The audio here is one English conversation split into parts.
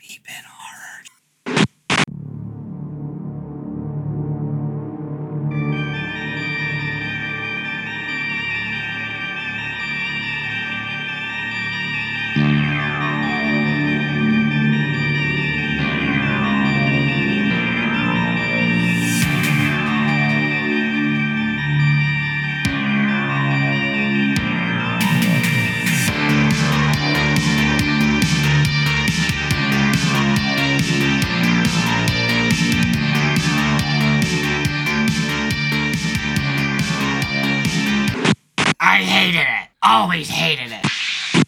Beepin' horror. I hated it. Always hated it.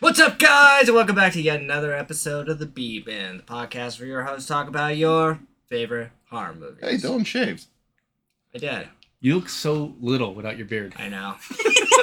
What's up, guys, and welcome back to yet another episode of the B Bin, the podcast where your hosts talk about your favorite horror movies. Hey, Dylan shaves. I did. You look so little without your beard. I know.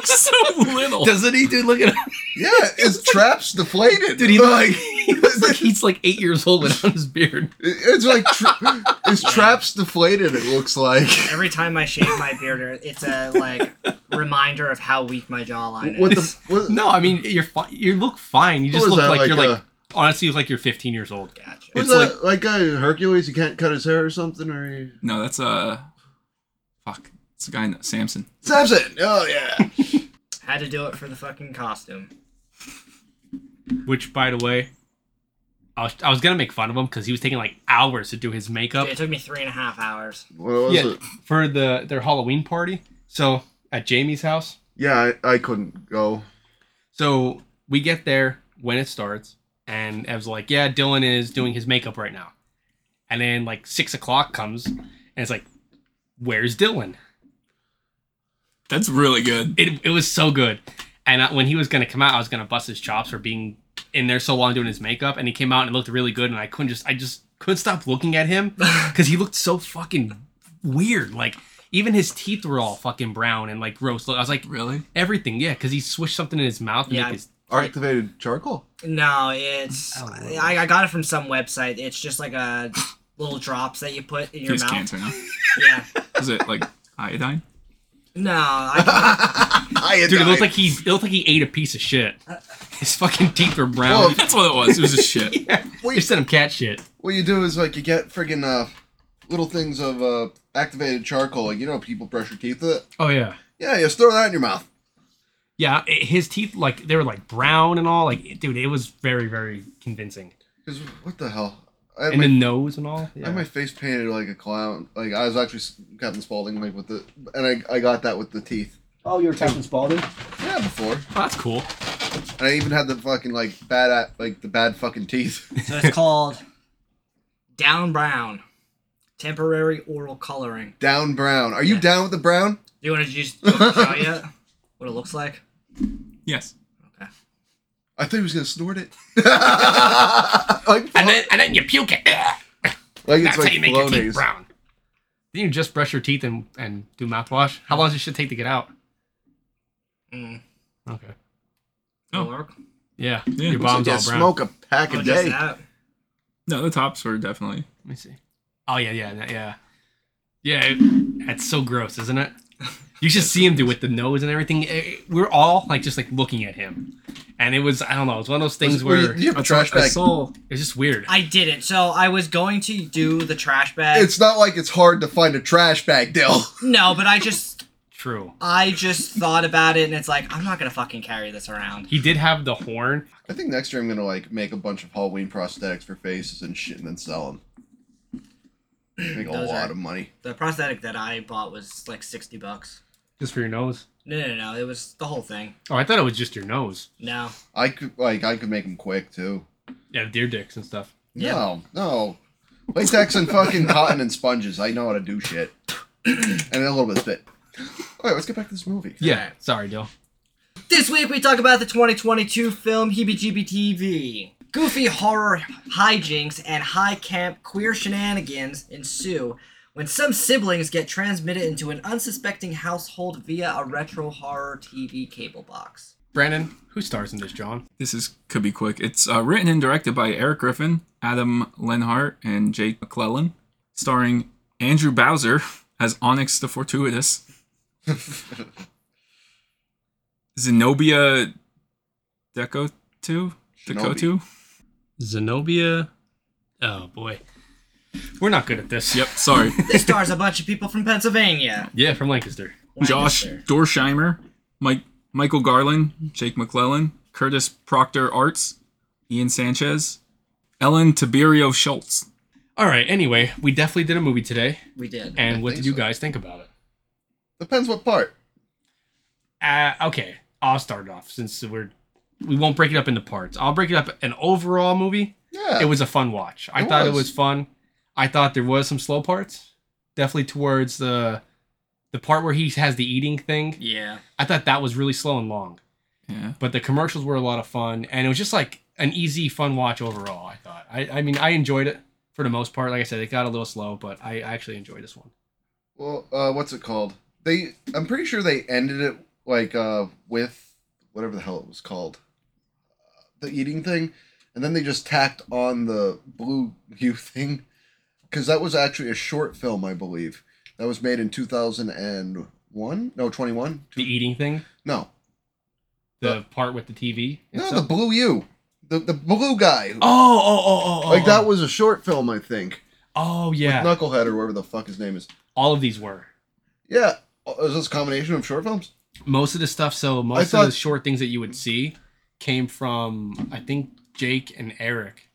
so little. Doesn't he, dude? Look at him. Yeah, his traps deflated. Dude, he look like like, he looks like he's like eight years old without his beard. it's like tra- his traps deflated. It looks like. Every time I shave my beard, it's a like reminder of how weak my jawline is. What the? What, No, I mean you're fi- you look fine. You just was look that, like, like you're like a- honestly like you're 15 years old. Gotcha. was it's that like, guy in Hercules? He can't cut his hair or something, or he... No, that's uh fuck. It's a guy in Samson. Samson. Oh yeah. Had to do it for the fucking costume. Which, by the way, I was, I was gonna make fun of him because he was taking like hours to do his makeup It took me three and a half hours. What was Yeah. it? for the their Halloween party. So at Jamie's house. Yeah, I, I couldn't go. So we get there when it starts, and Ev's like, "Yeah, Dylan is doing his makeup right now." And then like six o'clock comes, and it's like, "Where's Dylan?" That's really good. It it was so good. And I, when he was gonna come out, I was gonna bust his chops for being in there so long doing his makeup, and he came out and looked really good, and I couldn't just I just couldn't stop looking at him because he looked so fucking weird. Like even his teeth were all fucking brown and like gross. I was like Really? everything, yeah, because he swished something in his mouth. And Yeah, make his, Activated charcoal. No, it's Oh, wow. I, I got it from some website. It's just like a little drops that you put in your He's mouth. cancer now. Yeah. Is it like iodine? No, I, Dude, it looked like he it looked like he ate a piece of shit. His fucking teeth were brown. Well, That's what it was. It was just shit. They sent him cat shit. what you do is like you get friggin' uh, little things of uh, activated charcoal. Like you know, people brush your teeth with it. Oh yeah, Yeah, you just throw that in your mouth. yeah. i- His teeth like they were like brown and all. Like, it- dude, it was very very convincing. Cause what the hell? I had, And my, the nose and all. I had my Yeah. face painted like a clown. Like I was actually s- Captain Spaulding, like with the, and I, I got that with the teeth. Oh, you're Captain Spaulding? Yeah, before. Oh, that's cool. And I even had the fucking like bad at like the bad fucking teeth. so it's called Down Brown, temporary oral coloring. down brown. Are you down with the brown? Do you want to just do you want me to show you what it looks like? Yes. Okay. I thought he was gonna snort it. like, And then and then you puke it. like it's That's like how you make your teeth Flonase. brown. Then you just brush your teeth and and do mouthwash. How long does it should take to get out? Mm. Okay. Oh. It'll work. Yeah. Yeah, your looks like bottom's You all brown. smoke a pack Oh, a just day. that. No, the tops were definitely. Let me see. Oh yeah, yeah, that- yeah, yeah. It, that's so gross, isn't it? You should see him do with the nose and everything. Eh, we're all like just like looking at him, and it was I don't know. It was one of those things Were where you- do you have a I saw- trash I bag? saw. it's just weird. I did it. So I was going to do the trash bag. It's not like it's hard to find a trash bag, Dill. no, but I just True. I just thought about it and it's like I'm not gonna fucking carry this around. He did have the horn. I think next year I'm gonna like make a bunch of Halloween prosthetics for faces and shit, and then sell them. Make a Those lot are- of money. The prosthetic that I bought was like sixty bucks. Just for your nose. No, no, no. It was the whole thing. Oh, I thought it was just your nose. No. I could like I could make them quick too. Yeah, deer dicks and stuff. Yeah. No, no, latex and fucking cotton and sponges. I know how to do shit, and a little bit of spit. All right, let's get back to this movie. Yeah. Sorry, Dill. This week we talk about the 2022 film Heebie Jeebie TV. Goofy horror hijinks and high camp queer shenanigans ensue when some siblings get transmitted into an unsuspecting household via a retro horror TV cable box. Brandon, who stars in this, John? This is could be quick. It's uh, written and directed by Eric Griffin, Adam Lenhart and Jake McClellan, starring Andrew Bowser as Onyx the Fortuitous, Zenobia Dekotu, Dekotu. Zenobia. Oh boy, we're not good at this. Yep, sorry. This stars a bunch of people from Pennsylvania. Yeah, from Lancaster. Josh Lancaster. Dorsheimer, Mike Michael Garland, Jake McClellan, Curtis Proctor Arts, Ian Sanchez, Ellen Tiberio Schultz. All right. Anyway, we definitely did a movie today, We did. and I what think did you so. guys think about it? Depends what part. Uh, okay, I'll start it off since we're we won't break it up into parts. I'll break it up an overall movie. Yeah. It was a fun watch. I It thought it was. was fun. I thought there was some slow parts, definitely towards the the part where he has the eating thing. Yeah. I thought that was really slow and long, Yeah. but the commercials were a lot of fun, and it was just like an easy, fun watch overall. I thought. I, I mean, I enjoyed it for the most part. Like I said, it got a little slow, but I actually enjoyed this one. Well, uh, what's it called? They, I'm pretty sure they ended it like uh, with whatever the hell it was called, uh, the eating thing, and then they just tacked on the blue hue thing, because that was actually a short film, I believe, that was made in 2001. No, 21. The e- eating thing, No, the part with the TV. and no, stuff? the blue you, the the blue guy. Oh, oh, oh, oh, oh. like that oh. was a short film, I think. Oh, yeah. Knucklehead or whatever the fuck his name is. All of these were. Yeah, uh, is this a combination of short films? Most of the stuff, so most of thought- the short things that you would see came from, I think, Jake and Eric.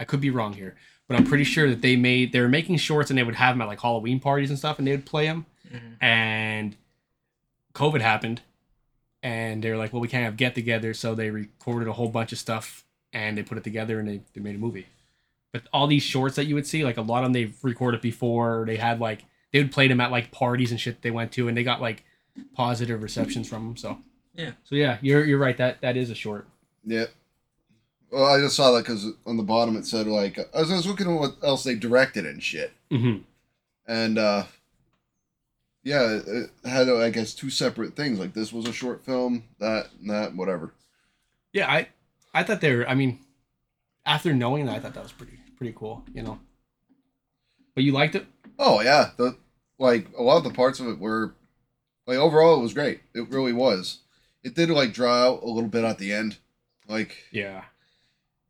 I could be wrong here, but I'm pretty sure that they made, they were making shorts and they would have them at like Halloween parties and stuff and they would play them. And COVID happened and they were like, well, we can't have get together. So they recorded a whole bunch of stuff and they put it together and they, they made a movie. But all these shorts that you would see, like a lot of them they've recorded before. They had like, they would play them at like parties and shit they went to and they got like positive receptions from them. So, Yeah. So, yeah, you're, you're right. That, that is a short. Yeah. Well, I just saw that because on the bottom it said like I was, I was looking at what else they directed and shit, Mm-hmm. and uh yeah, it had I guess two separate things. Like this was a short film, that and that, whatever. Yeah. I, I thought they were, I mean, after knowing that, I thought that was pretty, pretty cool, you know, but you liked it. Oh yeah, the like a lot of the parts of it were like overall it was great. It really was. It did like draw out a little bit at the end, like Yeah.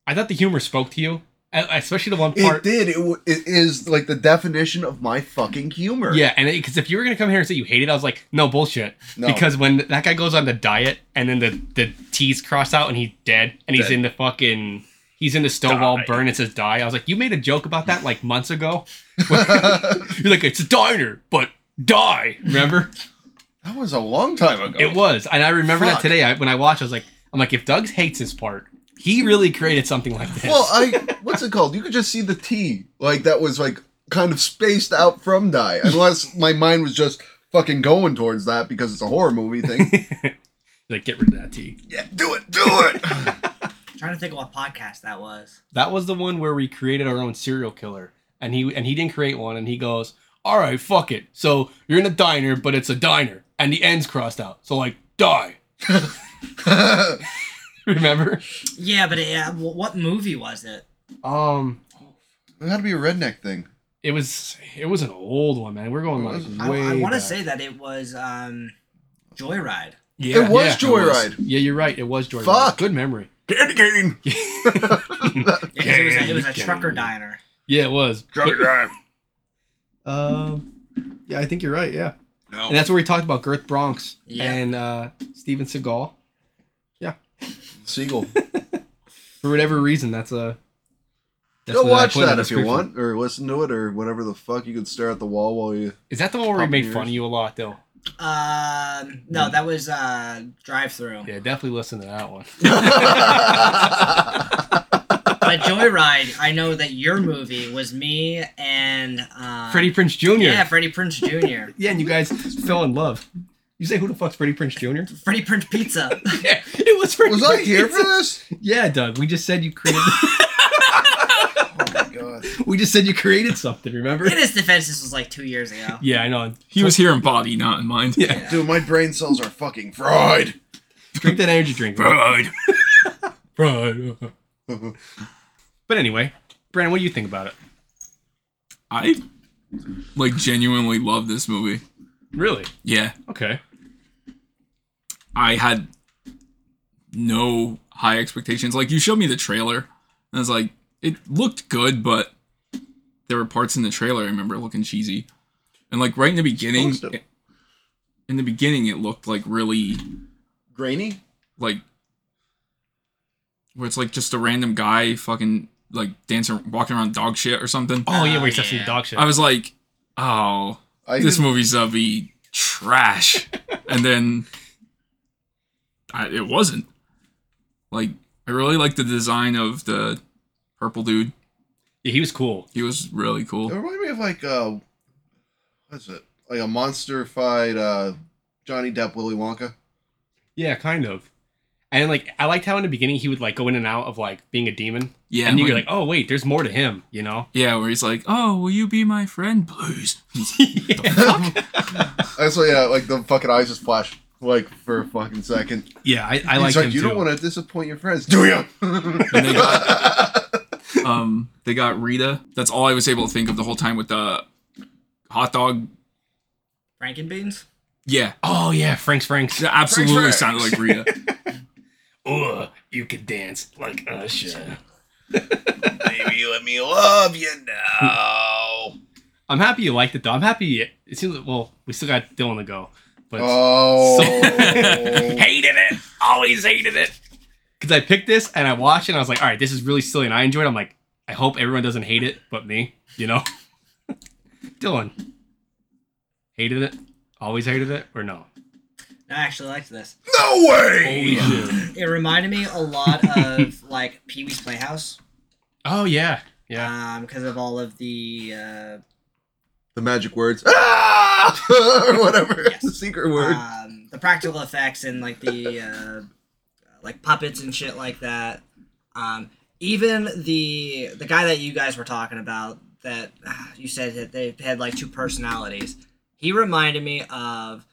I thought the humor spoke to you, e- especially the one part. it did. It, w- it is like the definition of my fucking humor. Yeah, and because if you were gonna come here and say you hated, it, I was like, no bullshit. No. Because when that guy goes on the diet, and then the the T's crossed out, and he's dead, and he's Dead. in the fucking he's in the stove all burn. It says die. I was like, you made a joke about that like months ago. that You're like, it's a diner, but die. Remember? was a long time ago. It was, and I remember Fuck. that today. I, when I watched, I was like, I'm like, if Doug hates this part, he really created something like this. Well, uh, I what's it called? You could just see the T like that was like kind of spaced out from die, unless my mind was just fucking going towards that because it's a horror movie thing. like, get rid of that T. yeah, do it, do it. trying to think of what podcast that was. That was the one where we created our own serial killer, and he and he didn't create one, and he goes, "All right, fuck it. So you're in a diner, but it's a diner, and the end's crossed out. So like, die. Remember? Yeah, but yeah, wh- what movie was it? Um, it had to be a redneck thing. it was it was an old one, man. We're going like I, way. I want to back. say that it was um, Joyride. yeah, it was yeah. Joyride. Yeah, you're right. It was Joyride. Fuck. Good memory. Candy cane. Yeah, 'cause it was Yeah, a, it was you a can. trucker diner. Yeah, it was. Drug drive. Um, yeah, I think you're right. Yeah, No. and that's where we talked about Girth Bronx Yeah. and uh, Steven Seagal. Seagull. For whatever reason, that's a. that's Go what I watch put in that the if you description. want, or listen to it, or whatever the fuck. You could stare at the wall while you. Is that the one where we made Puppeteers. fun of you a lot, though? Um, no, that was uh, Drive Through. Mm. Yeah, definitely listen to that one. But Joyride, I know that your movie was me and um, Freddie Prince Jr. Yeah, Yeah. Freddie Prince Jr. and you guys fell in love. You say who the fuck's Freddie Prince Jr.? Freddie Prince Pizza. yeah, it was Freddie. was I here for this? Yeah, Doug. We just said you created. Oh God. we just said you created something. Remember? In his defense, this was like two years ago. Yeah, I know. He was here in body, not in mind. Yeah, Dude, my brain cells are fucking fried. drink that energy drink, Fried. Bro. But anyway, Brandon, what do you think about it? I like genuinely love this movie. Really? Yeah, Okay. I had no high expectations. Like you showed me the trailer, and I was like, it looked good, but there were parts in the trailer I remember looking cheesy, and like right in the beginning, Most of- in the beginning it looked like really Grainy? like where it's like just a random guy fucking like dancing walking around dog shit or something. Oh yeah, Oh, where he's touching yeah. the dog shit. I was like, oh, I this didn't- movie's gonna be trash, and then I, it wasn't. Like, I really liked the design of the purple dude. yeah, he was cool. He was really It cool. reminded me of like uh what's it? Like a monster-fied uh Johnny Depp Willy Wonka. Yeah, kind of. And like, I liked how in the beginning he would like go in and out of like being a demon, Yeah, and you like- were like, oh wait, there's more to him, you know? yeah, where he's like, oh, will you be my friend, please? I saw yeah, like the fucking eyes just flash like for a fucking second. Yeah, I, I He's like like, him you too. don't want to disappoint your friends, do you? And they got, um, they got Rita. That's all I was able to think of the whole time with the hot dog. Frankenbeans? Yeah, Oh yeah, Frank's Frank's. it absolutely French sounded like Rita. Ugh, you could dance like Usher. Baby, let me love you now. I'm happy you liked it though. I'm happy. It, it seems like, well, we still got Dylan to go, but oh. hated it. Always hated it. Cause I picked this and I watched it and I was like, all right, this is really silly and I enjoyed. it. I'm like, I hope everyone doesn't hate it, but me, you know. Dylan, hated it. Always hated it or no? I actually liked this. No way! Holy shit. It reminded me a lot of like Pee Wee's Playhouse. Oh yeah, yeah. Um, because of all of the uh, The magic words. Ah! or whatever. Yes. The secret word. Uh, um the practical effects and like the uh, like puppets and shit like that. Um, even the the guy that you guys were talking about that ah, you said that they had like two personalities. He reminded me of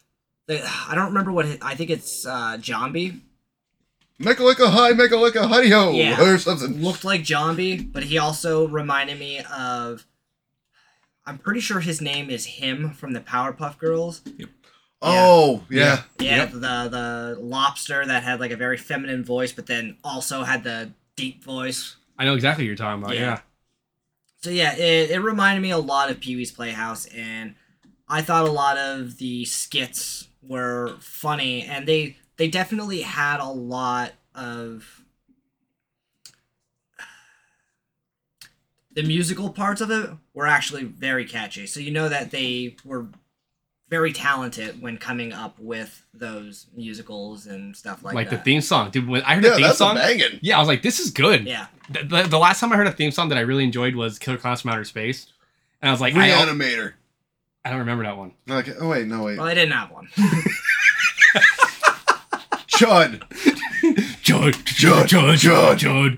the I don't remember what his, I think it's uh, Jombie. Make a lick a hi, make a lick a huddy ho, Yeah. or something. looked like Jombie, but he also reminded me of. I'm pretty sure his name is him from the Powerpuff Girls. Oh, yeah. Yeah, the the lobster that had like a very feminine voice, but then also had the deep voice. I know exactly what you're talking about. Yeah. Yeah. So yeah, it, it reminded me a lot of Pee Wee's Playhouse, and I thought a lot of the skits were funny, and they they definitely had a lot of the musical parts of it were actually very catchy. So you know that they were very talented when coming up with those musicals and stuff like, Like, the that. theme song, dude. When I heard Yeah, the theme that's song, a banging. yeah, I was like, this is good. Yeah, The, the, the last time I heard a theme song that I really enjoyed was Killer Clowns from Outer Space, and I was like, I don't, Reanimator. I don't remember that one. Okay. Oh, wait, no, wait. well, I didn't have one. Chud. Judd, Judd, Judd. Judd,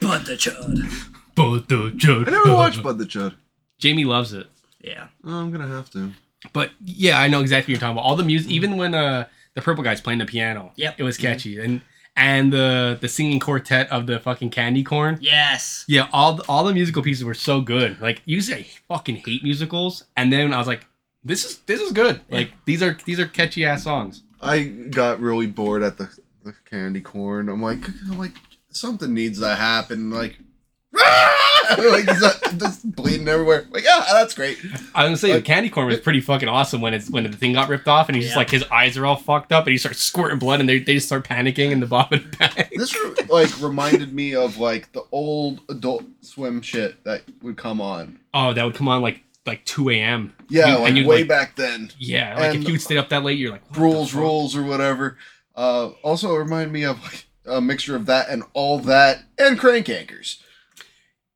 but the chud. but the Judd. I never watched Bud the Chud. Jamie loves it, Yeah. Oh, I'm gonna have to. but yeah, I know exactly what you're talking about. All the music, even when uh the purple guy's playing the piano, Mm-hmm. Yep. Mm-hmm. it was catchy, and and the the singing quartet of the fucking candy corn. Yes. Yeah, all the, all the musical pieces were so good. Like usually I fucking hate musicals, and then I was like, this is this is good. Like these are these are catchy ass songs. I got really bored at the, the candy corn. I'm like, I'm like, something needs to happen. Like, ah! like just, just bleeding everywhere. Like, ah, that's great. I was gonna say Like- the candy corn was pretty fucking awesome when it's when the thing got ripped off and he's just Yeah. like his eyes are all fucked up and he starts squirting blood and they they just start panicking and the bob and bang. This re- like reminded me of like the old Adult Swim shit that would come on. Oh, that would come on like like two a.m. Yeah, You- and like you'd, way like- back then. Yeah, like And- if you'd stayed up that late, you're like what the rules, fuck? rules, or whatever. Uh, also, remind me of like, a mixture of that and all that and crank anchors.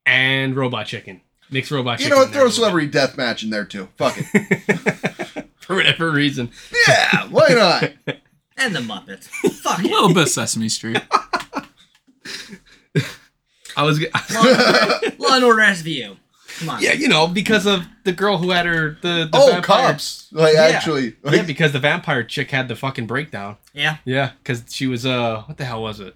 and robot chicken. Mix robot You chicken. know what? in Throw there. a celebrity death match in there too. Fuck it. for whatever reason. Yeah, why not? And the Muppets. Fuck A it. little bit of Sesame Street. I was g- Law and Order SVU. Come on. yeah, you know because of the girl who had her the, the oh, vampire- cops! Like Yeah. actually, like, yeah, because the vampire chick had the fucking breakdown. Yeah. Yeah, because she was uh, what the hell was it?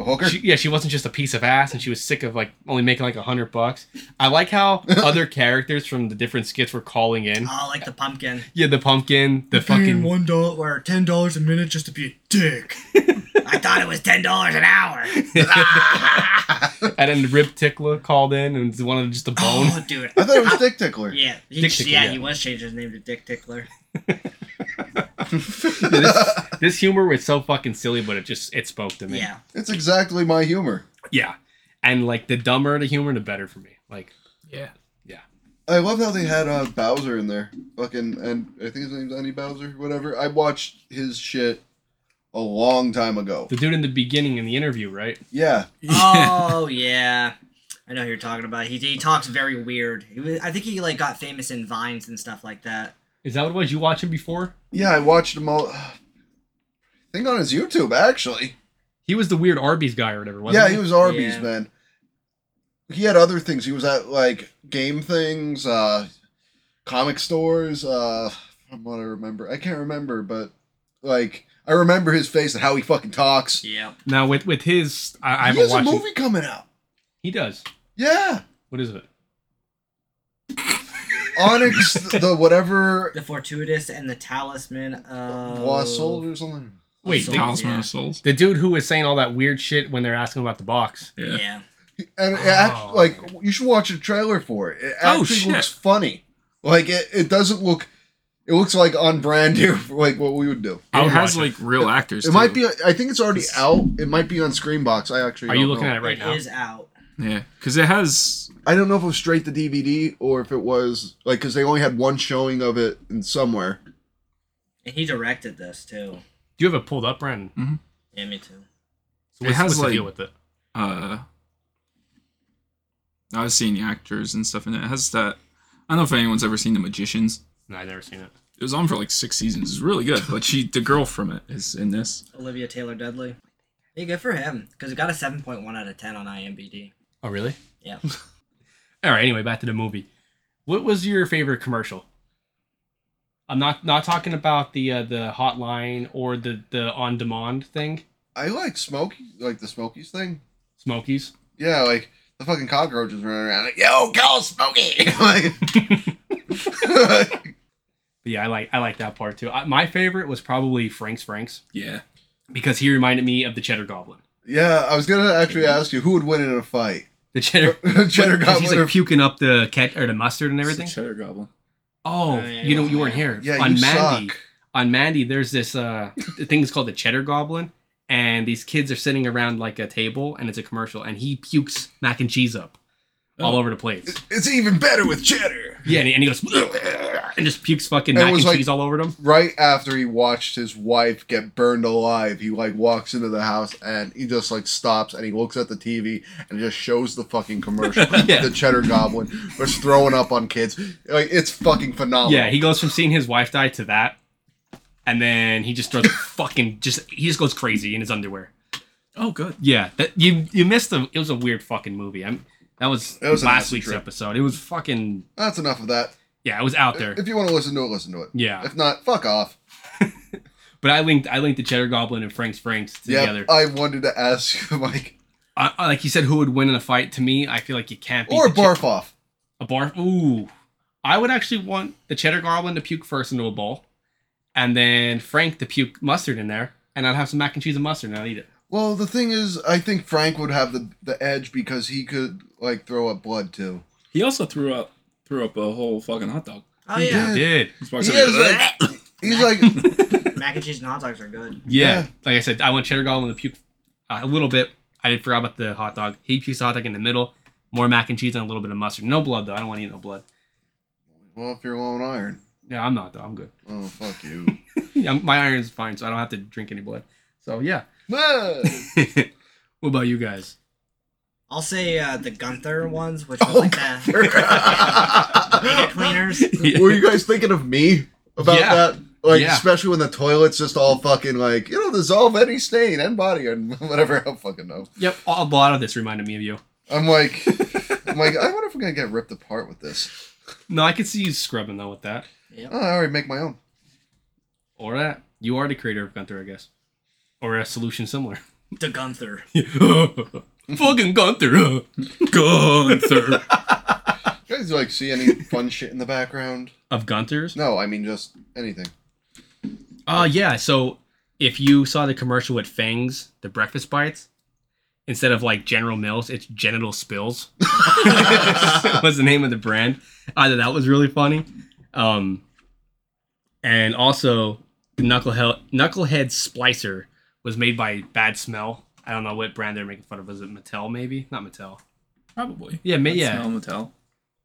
oh, hooker. She, yeah, she wasn't just a piece of ass, and she was sick of like only making like a hundred bucks. I like how other characters from the different skits were calling in. Oh, like the pumpkin. Yeah, the pumpkin, the Fucking fucking one dollar or ten dollars a minute just to be a dick. I thought it was ten dollars an hour. and then Rip Tickler called in, and it's one of just a bone. Oh, dude. I thought it was Dick Tickler. Yeah, he, Dick Tickler, yeah, yeah. he was changed his name to Dick Tickler. This humor was so fucking silly, but it just it spoke to me. Yeah, It's exactly my humor. Yeah. And like the dumber the humor, the better for me. Like Yeah. I love how they had uh, Bowser in there. Fucking, and I think his name's Andy Bowser, whatever. I watched his shit a long time ago. the dude in the beginning in the interview, right? Yeah, Oh yeah, I know who you're talking about. He, he talks very weird. He was, I think he like got famous in vines and stuff like that. Is that what it was? You watch him before? yeah. I watched him all. I think on his YouTube actually. He was the weird Arby's guy or whatever, wasn't yeah, he was Arby's Yeah. man. He had other things. He was at like game things, uh, comic stores. Uh, from what I remember, I can't remember, but like I remember his face and how he fucking talks. Yep. Now with with his I, I he haven't has a watched it. movie coming out. He does. Yeah, What is it? Onyx the whatever The fortuitous and the talisman of Wassel or something. Wait, Soul, the- Talisman yeah. of Souls. The dude who was saying all that weird shit when they're asking about the box. Yeah. Yeah. And it act, Oh. like you should watch a trailer for it. It Oh, actually shit. looks funny. Like it, it doesn't look. It looks like on brand here, for, like what we would do. I would It has watch like real actors. It might too. be. I think it's already out. It might be on Screenbox. I actually. Are you looking at it Right right now? out. Yeah, because it has. I don't know if it was straight to DVD or if it was like because they only had one showing of it in somewhere. And he directed this too. Do you have it pulled up, Brandon? Yeah, me too. So It what's, has, what's like- the deal with it? uh I was seeing the actors and stuff, and it has that. I don't know if anyone's ever seen The Magicians. No, I've never seen it. It was on for like six seasons. It's really good, but she, the girl from it, is in this. Olivia Taylor Dudley. Hey, good for him because it got a 7.1 out of 10 on IMDb. Oh really? Yeah. All right. Anyway, back to the movie. What was your favorite commercial? I'm not not talking about the uh, the hotline or the the on demand thing. I like Smokey, like the Smokies thing. Smokies. Yeah, like the fucking cockroaches running around. Like, Yo, go Smokey! like, But yeah, I like I like that part too. I, my favorite was probably Frank's Frank's Yeah. because he reminded me of the Cheddar Goblin. yeah, I was gonna actually ask you who would win in a fight. The Cheddar. cheddar because He's goblin. like puking up the cat or the mustard and everything. It's the Cheddar Goblin. Oh, Oh, yeah, you know yeah. you weren't here. yeah, on you Mandy, suck. on Mandy, there's this uh the thing's called the Cheddar Goblin, and these kids are sitting around like a table, and it's a commercial, and he pukes mac and cheese up Oh. all over the place. It's even better with cheddar. Yeah, and he, and he goes and just pukes fucking And it mac was and like- cheese all over them. Right after he watched his wife get burned alive, he like walks into the house and he just like stops and he looks at the TV and just shows the fucking commercial. Yeah. The cheddar goblin was throwing up on kids. Like it's fucking phenomenal. Yeah, he goes from seeing his wife die to that, and then he just starts fucking just he just goes crazy in his underwear. Oh, good. Yeah, that you you missed the it was a weird fucking movie. I'm that was, It was an last acid week's trip. episode. It was fucking That's enough of that. yeah, it was out there. If you want to listen to it, listen to it. Yeah. If not, fuck off. But I linked I linked the Cheddar Goblin and Frank's Franks Yeah. together. I wanted to ask you, like, I, I- like you said, who would win in a fight? To me, I feel like you can't beat or the che- barf off. a barf. Ooh, I would actually want the Cheddar Goblin to puke first into a bowl, and then Frank to puke mustard in there, and I'd have some mac and cheese and mustard, and I'd eat it. Well, the thing is, I think Frank would have the the edge because he could like throw up blood too. He also threw up threw up a whole fucking hot dog. Oh yeah, Did He's He watching it. is like, he's like, mac and cheese and hot dogs are good. yeah. Yeah. Like I said, I want Cheddar Goblin to puke uh, a little bit. I did forgot about the hot dog. He pukes the hot dog in the middle. More mac and cheese and a little bit of mustard. No blood though. I don't want to eat no blood. well, if you're low on iron, Yeah, I'm not though. I'm good. oh fuck you. Yeah, my iron's fine, so I don't have to drink any blood. So yeah. Ah. what about you guys? I'll say uh, the Gunther ones, which Oh, was like the the cleaners. Were you guys thinking of me about Yeah. that? Like, Yeah. especially when the toilet's just all fucking like, it'll dissolve any stain and body and whatever. I don't fucking know. Yep, a a lot of this reminded me of you. I'm like, I'm like, I wonder if I'm gonna get ripped apart with this. No, I could see you scrubbing though with that. Oh, I already make my own. Or that. You are the creator of Gunther, I guess. Or a solution similar. to Gunther. Fucking Gunther. Gunther. You guys like see any fun shit in the background? Of Gunther's? No, I mean just anything. Uh, yeah. So if you saw the commercial with Fangs, the breakfast bites, instead of like General Mills, it's Genital Spills. was the name of the brand. I thought that was really funny. Um, and also, the Knucklehead, Knucklehead Splicer was made by Bad Smell. I don't know what brand they're making fun of. Was it Mattel, maybe? Not Mattel. Probably. Yeah, ma- That's yeah. Mel Mattel,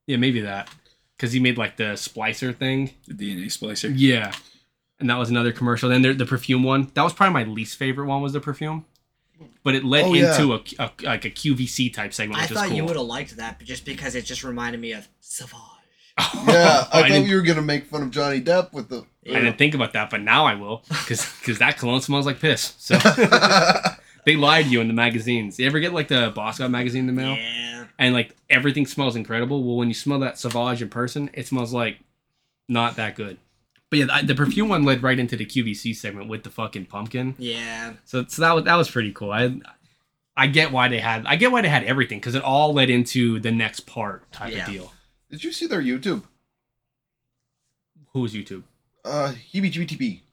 Yeah, maybe that. Because he made like the splicer thing. the DNA splicer. Yeah. And that was another commercial. Then there, the perfume one. That was probably my least favorite one was the perfume. But it led Oh, yeah. into a, a- like a QVC type segment, I which thought is cool. you would have liked that, but just because it just reminded me of Savage. Yeah, I, I thought didn't- you were gonna make fun of Johnny Depp with the. I didn't think about that, but now I will, because that cologne smells like piss. So they lied to you in the magazines. You ever get like the Bosco magazine in the mail, Yeah. and like everything smells incredible. Well, when you smell that Sauvage in person, it smells like not that good. But yeah, I- the perfume one led right into the QVC segment with the fucking pumpkin. Yeah. So, so that was that was pretty cool. I I get why they had I get why they had everything because it all led into the next part type Yeah. of deal. Did you see their YouTube? Who's YouTube? Uh, heebie-jeebie.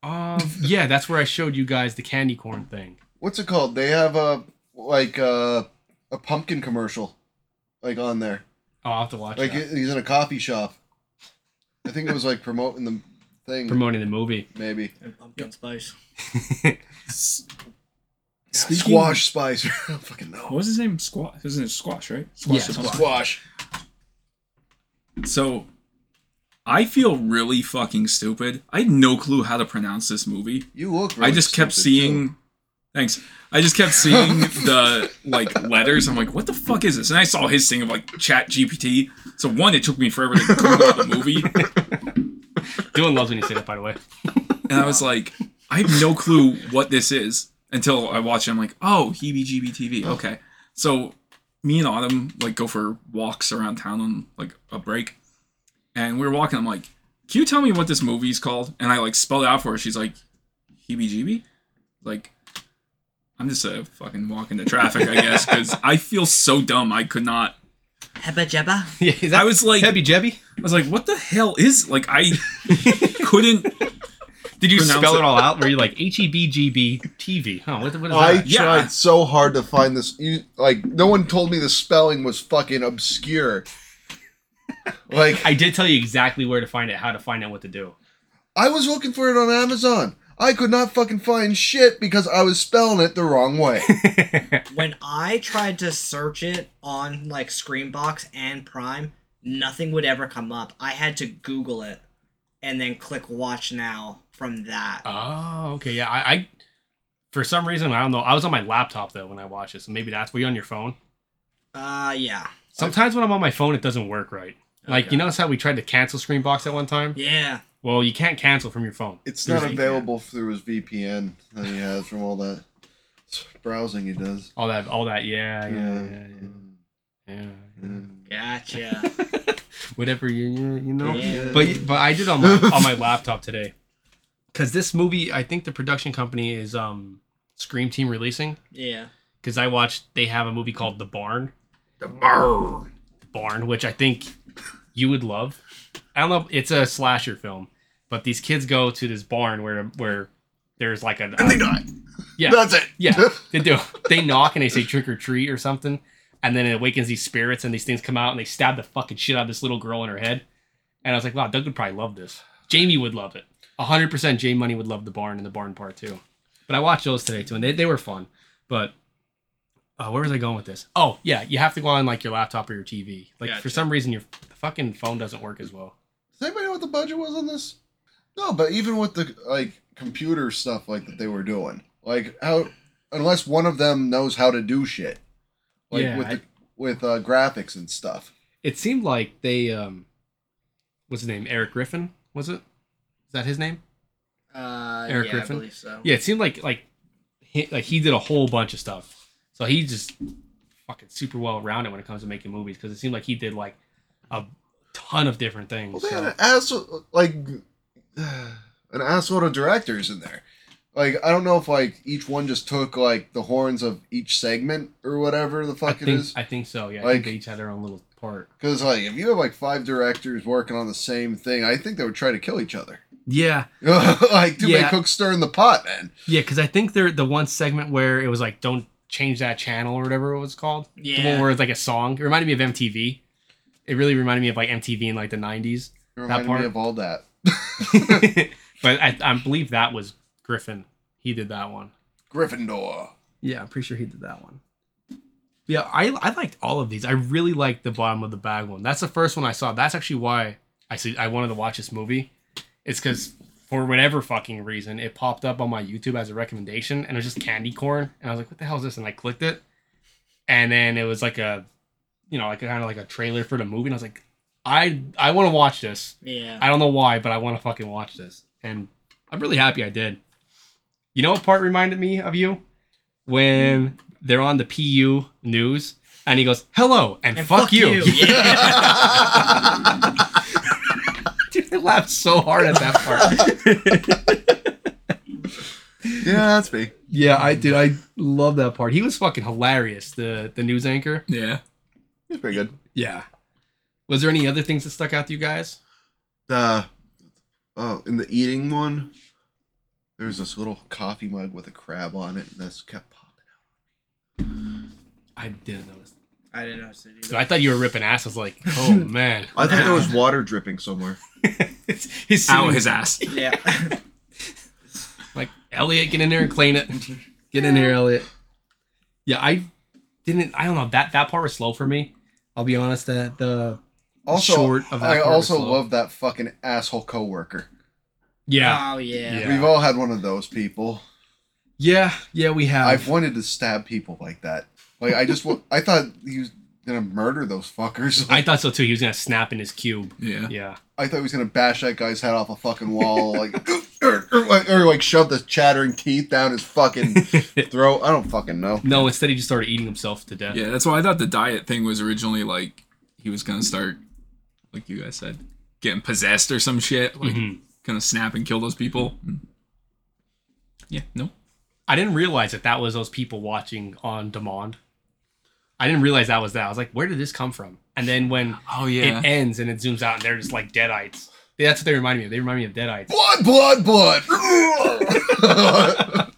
Um, yeah, that's where I showed you guys the candy corn thing. What's it called? They have a like uh, a pumpkin commercial, like on there. Oh, I'll have to watch. Like that. he's in a coffee shop. I think it was like promoting the thing. promoting the movie. maybe And pumpkin spice. S- Speaking- squash spice. I don't fucking What know. was his name? Squash. His name is Squash, right? Squash. Yeah, the Pumpkin. Squash. So, I feel really fucking stupid. I had no clue how to pronounce this movie. You look. I really just kept stupid, seeing. Thanks. I just kept seeing the like letters. I'm like, what the fuck is this? And I saw his thing of like Chat GPT. So one, it took me forever to Google the movie, Dylan loves when you say that, by the way. and I was like, I have no clue what this is until I watched. it. I'm like, oh, heebie-jeebie TV. Okay. So me and Autumn like go for walks around town on like a break, and we were walking. I'm like, can you tell me what this movie's called? And I like spelled it out for her. She's like, heebie-jeebie. Like, I'm just a fucking walk into traffic, I guess, because I feel so dumb. I could not. Hebba jebba. Yeah, is I was like, I Jebby Jebby? was like, what the hell is like? I couldn't. Did you Pronounce spell it. it. all out? Were you like H E B G B T V? Huh? What, what is I that? Yeah. tried so hard to find this. You like no one told me the spelling was fucking obscure. Like I did tell you exactly where to find it, how to find out what to do. I was looking for it on Amazon. I could not fucking find shit because I was spelling it the wrong way. When I tried to search it on like Screenbox and Prime, nothing would ever come up. I had to Google it and then click watch now from that. Oh, okay. Yeah, I, I for some reason I don't know. I was on my laptop though when I watched it, so maybe that's were you on your phone? Uh yeah. Sometimes when I'm on my phone, it doesn't work right. Like Okay. you notice how we tried to cancel Screenbox at one time? Yeah. Well, you can't cancel from your phone. It's There's not a- available through his VPN that he has from all that browsing he does. All that, all that. Yeah, yeah, yeah, yeah. yeah, Gotcha. Whatever you you, you know. Yeah. But but I did on my on my laptop today. Cause this movie, I think the production company is um Scream Team releasing. yeah. Cause I watched they have a movie called The Barn. The Barn. Barn, which I think you would love. I don't know. if- It's a slasher film, but these kids go to this barn where where there's like a And they die. Yeah. That's it. Yeah, they do. They knock and they say trick or treat or something, and then it awakens these spirits and these things come out and they stab the fucking shit out of this little girl in her head. And I was like, wow, Doug would probably love this. Jamie would love it. hundred percent. Jamie Money would love the barn and the barn part too. But I watched those today too, and they, they were fun. But uh, where was I going with this? Oh yeah, you have to go on like your laptop or your TV. Like for Gotcha. some reason your fucking phone doesn't work as well. Does anybody know what the budget was on this? No, but even with the like computer stuff like that they were doing, like how unless one of them knows how to do shit, like Yeah, with I- the, with uh, graphics and stuff. It seemed like they um, what's his name? Eric Griffin was it? Is that his name? Uh Eric yeah, Griffin? I believe so. Yeah, it seemed like like he, like he did a whole bunch of stuff. So he just fucking super well rounded when it comes to making movies because it seemed like he did like a ton of different things. Well, they had so- an asshole, like an asshole of directors in there. Like I don't know if like each one just took like the horns of each segment or whatever the I fuck it think, is. I think so. Yeah, I Like- think they each had their own little part. Because like if you have like five directors working on the same thing, I think they would try to kill each other. Yeah, like too many Yeah. cooks stirring the pot, man. yeah, because I think they're the one segment where it was like, "Don't change that channel" or whatever it was called. The one Yeah. where it's like a song. It reminded me of MTV. It really reminded me of like MTV in like the '90s. It reminded part. me of all that. but I, I believe that was Griffin. He did that one. Gryffindor. Yeah, I'm pretty sure he did that one. Yeah, I I liked all of these. I really liked the bottom of the bag one. That's the first one I saw. That's actually why I see I wanted to watch this movie. It's because for whatever fucking reason, it popped up on my YouTube as a recommendation, and it was just candy corn, and I was like, "What the hell is this?" And I clicked it, and then it was like a, you know, like kind of like a trailer for the movie, and I was like, "I I want to watch this." Yeah. I don't know why, but I want to fucking watch this. And I'm really happy I did. You know what part reminded me of you? When they're on the PU news and he goes, hello, and, fuck, you. Yeah. Dude, I laughed so hard at that part. Yeah, that's me. yeah, I did. I love that part. He was fucking hilarious, the, the news anchor. Yeah. It's pretty good. Yeah. Was there any other things that stuck out to you guys? The oh, in the eating one, there's this little coffee mug with a crab on it, and this kept popping. I didn't notice. I didn't notice it So either. I thought you were ripping ass. I was like, oh man. I thought there was water dripping somewhere. his Out his ass. Yeah. Like Elliot, get in there and clean it. Get in here, Elliot. Yeah, I didn't. I don't know that that part was slow for me. I'll be honest. The the Also, Short of that I part also was low. love that fucking asshole coworker. yeah Oh yeah. Yeah. We've all had one of those people. yeah yeah we have. I've wanted to stab people like that. Like I just, wa- I thought he was gonna murder those fuckers. I Like, thought so too. He was gonna snap in his cube. Yeah. Yeah. I, thought he was gonna bash that guy's head off a fucking wall, like or, or, like- or like shove the chattering teeth down his fucking throat. I don't fucking know. No, instead he just started eating himself to death. Yeah, that's why I thought the diet thing was originally like he was gonna start, like you guys said, getting possessed or some shit, like Mhm. gonna snap and kill those people. Mm. Yeah, no, I didn't realize that that was those people watching on demand. I didn't realize that was that. I was like, where did this come from? And then when oh it ends and it zooms out and they're just like deadites. Yeah, that's what they remind me of. They remind me of deadites. Blood, blood, blood.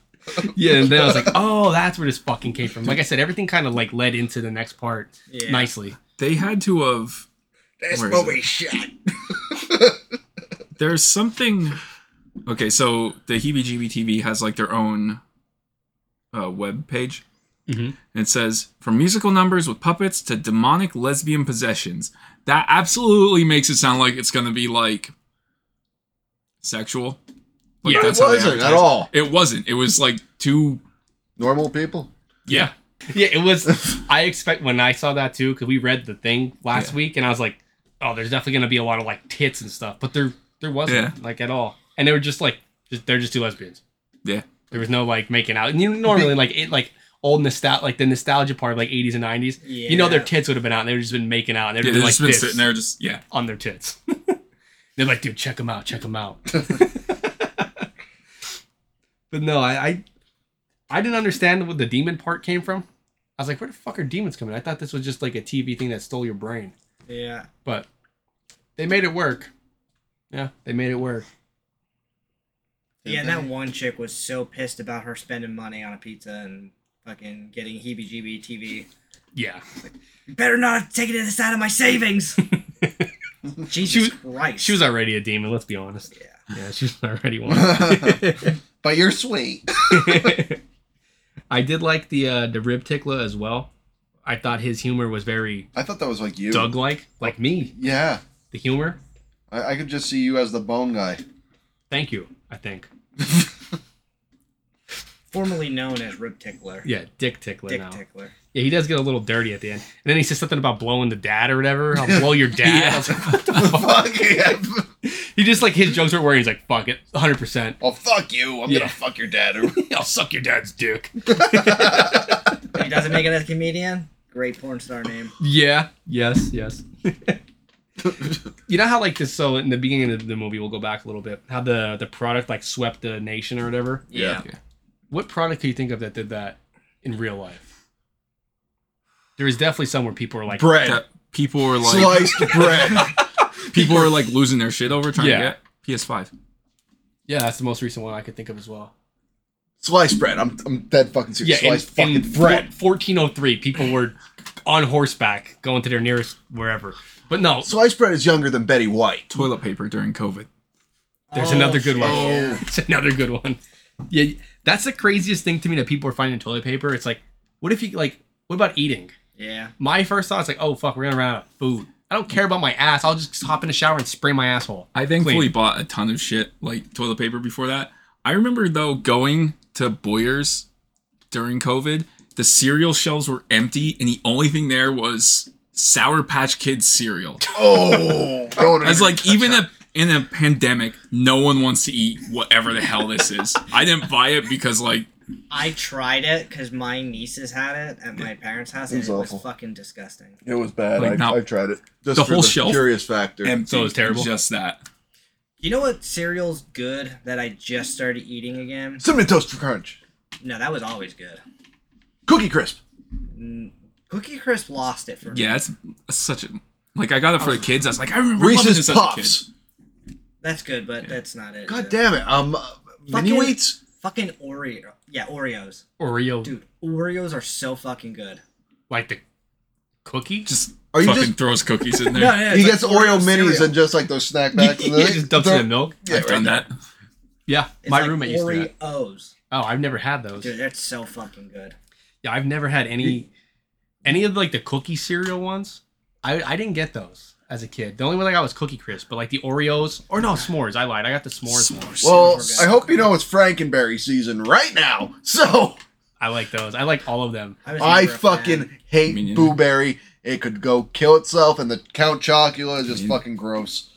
Yeah, and then I was like, oh, that's where this fucking came from. Like I said, everything kind of like led into the next part Yeah. nicely. they had to have. This Where is movie shot. There's something. Okay, so the Heebie Jeebie TV has like their own uh, web page. Mhm. And it says, from musical numbers with puppets to demonic lesbian possessions. That absolutely makes it sound like it's going to be like sexual. Like, Yeah. it how they wasn't at advertise it. all. It wasn't. It was like two. Normal people. Yeah. Yeah, it was. I expect when I saw that too, because we read the thing last Yeah. week, and I was like, oh, there's definitely gonna be a lot of like tits and stuff, but there there wasn't Yeah. like at all, and they were just like, just, they're just two lesbians. Yeah. There was no like making out. And you know, normally like it like old nostalgia, like the nostalgia part of like 80s and 90s. You know their Yeah. tits would have been out, and they'd just been making out, and they'd Yeah, have they've been like just been this sitting there, just, yeah. on their tits. They're like, dude, check them out, check them out. but no, I, I I didn't understand where the demon part came from. I was like, where the fuck are demons coming? I thought this was just like a TV thing that stole your brain, Yeah. but they made it work. Yeah, they made it work. Yeah, and that one chick was so pissed about her spending money on a pizza and fucking getting heebie-jeebie TV. Yeah, You better not have taken this out of my savings. Jesus She was- Christ. she was already a demon. Let's be honest. Yeah. yeah, she was already one. But you're sweet. I did like the uh, the rib tickler as well. I thought his humor was very I thought that was like you. Doug like, like me. Yeah. The humor. I, I could just see you as the bone guy. Thank you. I think. formerly known as Rib Tickler. Yeah, Dick Tickler Dick now. Tickler. Yeah, he does get a little dirty at the end, and then he says something about blowing the dad or whatever. I'll blow your dad. I was like, what the fuck? Fuck yeah. He just like his jokes are where he's like, fuck it, hundred percent. Well, fuck you. I'm Yeah. gonna fuck your dad. I'll suck your dad's dick. He doesn't make it as a comedian. Great porn star name. Yeah. Yes. Yes. You know how like this? So in the beginning of the movie, we'll go back a little bit. How the the product like swept the nation or whatever. Yeah. What product could you think of that did that in real life? There is definitely some where people are like, That people were like Sliced bread. people were like losing their shit over trying Yeah. to get PS5. yeah, that's the most recent one I could think of as well. Sliced bread. I'm, I'm dead fucking serious. in, Sliced fucking in bread. four- 1403, people were on horseback going to their nearest wherever. But no, Sliced bread is younger than Betty White. Toilet paper during COVID. there's Oh, another good one. Oh. It's another good one. Yeah, that's the craziest thing to me that people are finding toilet paper. It's like, what if you like? What about eating? Yeah. My first thought is like, oh fuck, we're gonna run out of food. I don't care about my ass. I'll just hop in the shower and spray my asshole. I thankfully bought a ton of shit like toilet paper before that. I remember though going to Boyer's during COVID. The cereal shelves were empty, and the only thing there was Sour Patch Kids cereal. Oh, I don't It's even like touch even that. a, in a pandemic, no one wants to eat whatever the hell this is. I didn't buy it because like I tried it because my nieces had it at my parents' house, and It's it awful. was fucking disgusting. It was bad. Like, I, not- I've tried it. Just the for whole shelf? Curious factor. empty. So it was terrible? Just that. You know what cereal's good that I just started eating again? Cinnamon toast crunch. No, that was always good. Cookie crisp. Mm, Cookie Crisp lost it for me. Yeah, it's, it's such a like I got it for the kids. I was like, I remember loving Reese's this as a kid. puffs. That's good, but that's not it. God is it? damn it. Um, uh, mini Fucking- wheats. Fucking Oreo. Yeah, Oreos. Oreo, Dude, Oreos are so fucking good. like the cookie. Just Are you fucking just- throws cookies in there. no, He gets Oreo minis cereal. and just like those snack yeah, packs. and then- just dumps it in milk. Yeah, I've done that. Yeah, It's my like roommate used to. do that. Oreos. Oh, I've never had those. Dude, that's so fucking good. Yeah, I've never had any any of like the cookie cereal ones. I I didn't get those as a kid. The only one I got was Cookie Crisp, but like the Oreos or no s'mores. I lied. I got the s'mores. ones. S'mores. Well, Cereals are I good. hope you know it's Frankenberry season right now. So I like those. I like all of them. was I never a fan. fucking hate Me neither. Boo Berry. It could go kill itself, and the Count Chocula is just Me- fucking gross.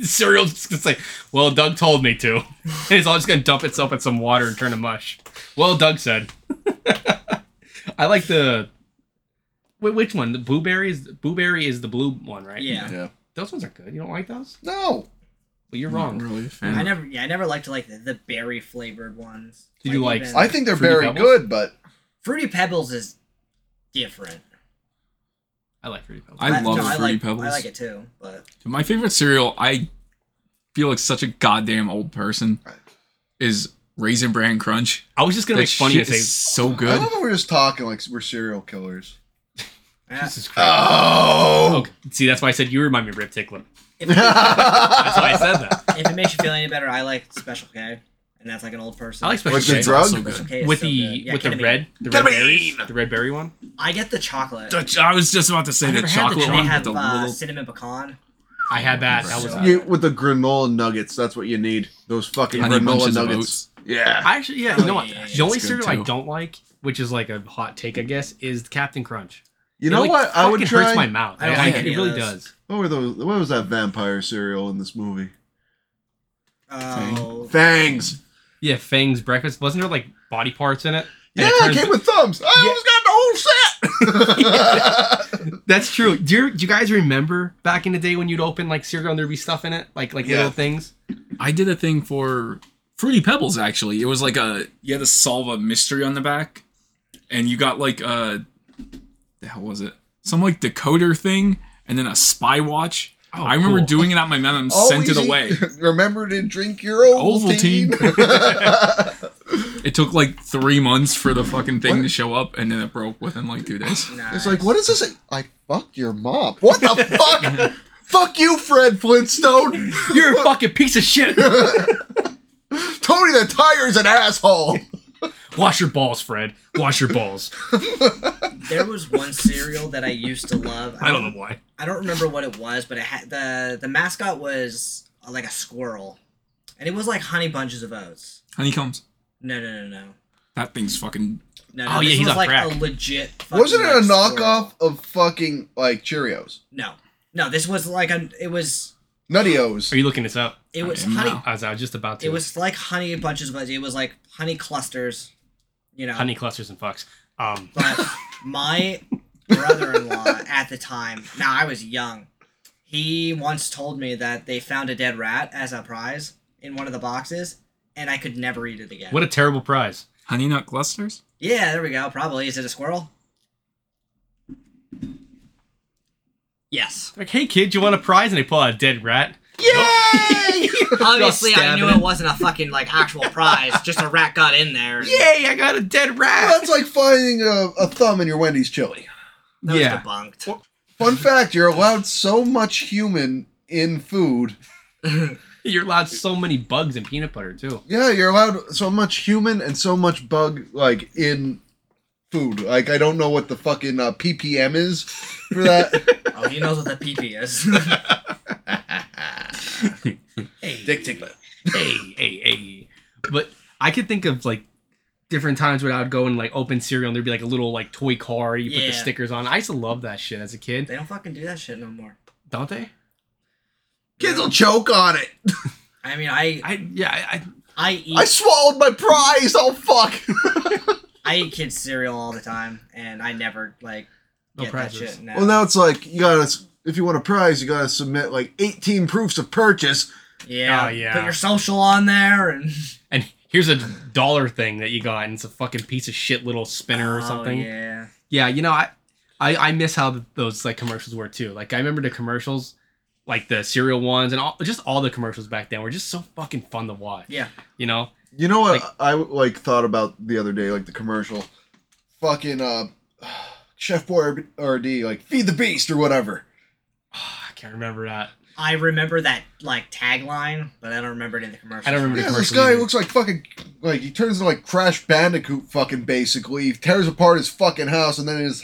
Cereal just gonna say, "Well, Doug told me to." it's all just gonna dump itself in some water and turn to mush. Well, Doug said. I like the. Wait, which one? The blueberry is blueberry is the blue one, right? Yeah. Yeah. Those ones are good. You don't like those? No. Well, you're I'm wrong. not really a fan. I never yeah, I never liked like the, the berry flavored ones. Did you like- even- I think they're Fruity very Pebbles? good, but Fruity Pebbles is different. I like Fruity Pebbles. I love no, Fruity like, Pebbles. I like it too, but My favorite cereal, I feel like such a goddamn old person, is Raisin Bran Crunch. I was just gonna That make funny shit and say, is so I good. love how we're just talking like we're serial killers. eh, "This is crazy." Oh. Okay. See, that's why I said you remind me of Rip Tickler. if, it, That's why I said that. if it makes you feel any better, I like Special K, and that's like an old person. I like Special What's the K. drug? So Special good. K. is With so the good. Yeah, with the ketamine. red, the red Ketamine! berries, the red berry one. I get the chocolate. The- I was just about to say I the never had the chocolate They chocolate. one with have the uh, little. cinnamon pecan. I had that. That was. So- You, with the granola nuggets, that's what you need. Those fucking Honey granola Bunches of nuggets. Yeah. I actually, yeah, you know Oh, what? yeah, yeah, The only it's good cereal I too. don't like, which is like a hot take, I guess, is Captain Crunch. You know it, like, what? I would fucking try. hurts my mouth. I don't I- like it any of really those. does. What were those? What was that vampire cereal in this movie? Oh, Fangs. Yeah, Fang's breakfast wasn't there like body parts in it? And Yeah, it I turns- came with thumbs. I almost got the whole set. That's true. Do you, do you guys remember back in the day when you'd open like cereal and there'd be stuff in it, like like Yeah. little things? I did a thing for Fruity Pebbles actually. It was like a you had to solve a mystery on the back, and you got like a the hell was it? Some like decoder thing, and then a spy watch. Oh, I remember cool. doing it at my mem and sent Always it eat- away. Remember to drink your Ovaltine. It took like three months for the fucking thing to show up, and then it broke within like two days. nice. it's like, what is this? I fucked your mom. What the fuck? fuck you, Fred Flintstone. You're a fucking piece of shit. Tony the Tire's an asshole. Wash your balls, Fred. Wash your balls. There was one cereal that I used to love. I don't know why. I don't remember what it was, but it had the the mascot was uh, like a squirrel, and it was like honey bunches of oats. Honeycombs. No, no, no, no, That thing's fucking. no. no Oh, yeah, this he's was on like crack. a legit. fucking, Wasn't it like, a knockoff squirrel. of fucking like Cheerios, No, no. This was like a. It was. Nutty-O's? Are you looking this up? It was am honey. now. I was, I was just about to. It was like honey bunches of oats. It was like honey clusters. You know, honey clusters and fucks. Um, But my brother in law at the time, now I was young, He once told me that they found a dead rat as a prize in one of the boxes, and I could never eat it again. What a terrible prize. Honey nut clusters? yeah, there we go. Probably. Is it a squirrel? Yes. Like, hey kid, you want a prize? And they pull out a dead rat. Yay! Obviously, I Stab knew it. it wasn't a fucking like actual prize. Just a rat got in there. and Yay, I got a dead rat. That's like finding a, a thumb in your Wendy's chili. That was Yeah. debunked. Fun fact: You're allowed so much human in food. You're allowed so many bugs in peanut butter too. Yeah, you're allowed so much human and so much bug like in food. Like I don't know what the fucking uh, ppm is for that. Oh, he knows what the PP is. Hey, Dick Tickler. hey, hey, hey. But I could think of like different times when I would go and like open cereal and there'd be like a little like toy car you put the Yeah. stickers on. I used to love that shit as a kid. they don't fucking do that shit no more. Don't they? Kids will choke on it. I mean, I I yeah, I, I I I eat swallowed my prize. Oh fuck. I eat kids cereal all the time, and I never like No get prizes. that shit. Now. Well, now it's like you gotta. If you want a prize, you gotta submit like 18 proofs of purchase. yeah, Oh, yeah. Put your social on there, and and here's a dollar thing that you got and it's a fucking piece of shit little spinner or Oh, something. yeah, Yeah, you know, I, I I miss how th those like commercials were too. Like I remember the commercials, like the cereal ones, and all, just all the commercials back then were just so fucking fun to watch. yeah. You know, You know what Like- I like thought about the other day, like the commercial, fucking uh, Chef Boyardee, like feed the beast or whatever. I can't remember that. I remember that like tagline, but I don't remember it in the commercial. I don't remember Yeah, the this commercial. guy either. looks like fucking like he turns into like Crash Bandicoot, fucking basically. He tears apart his fucking house, and then his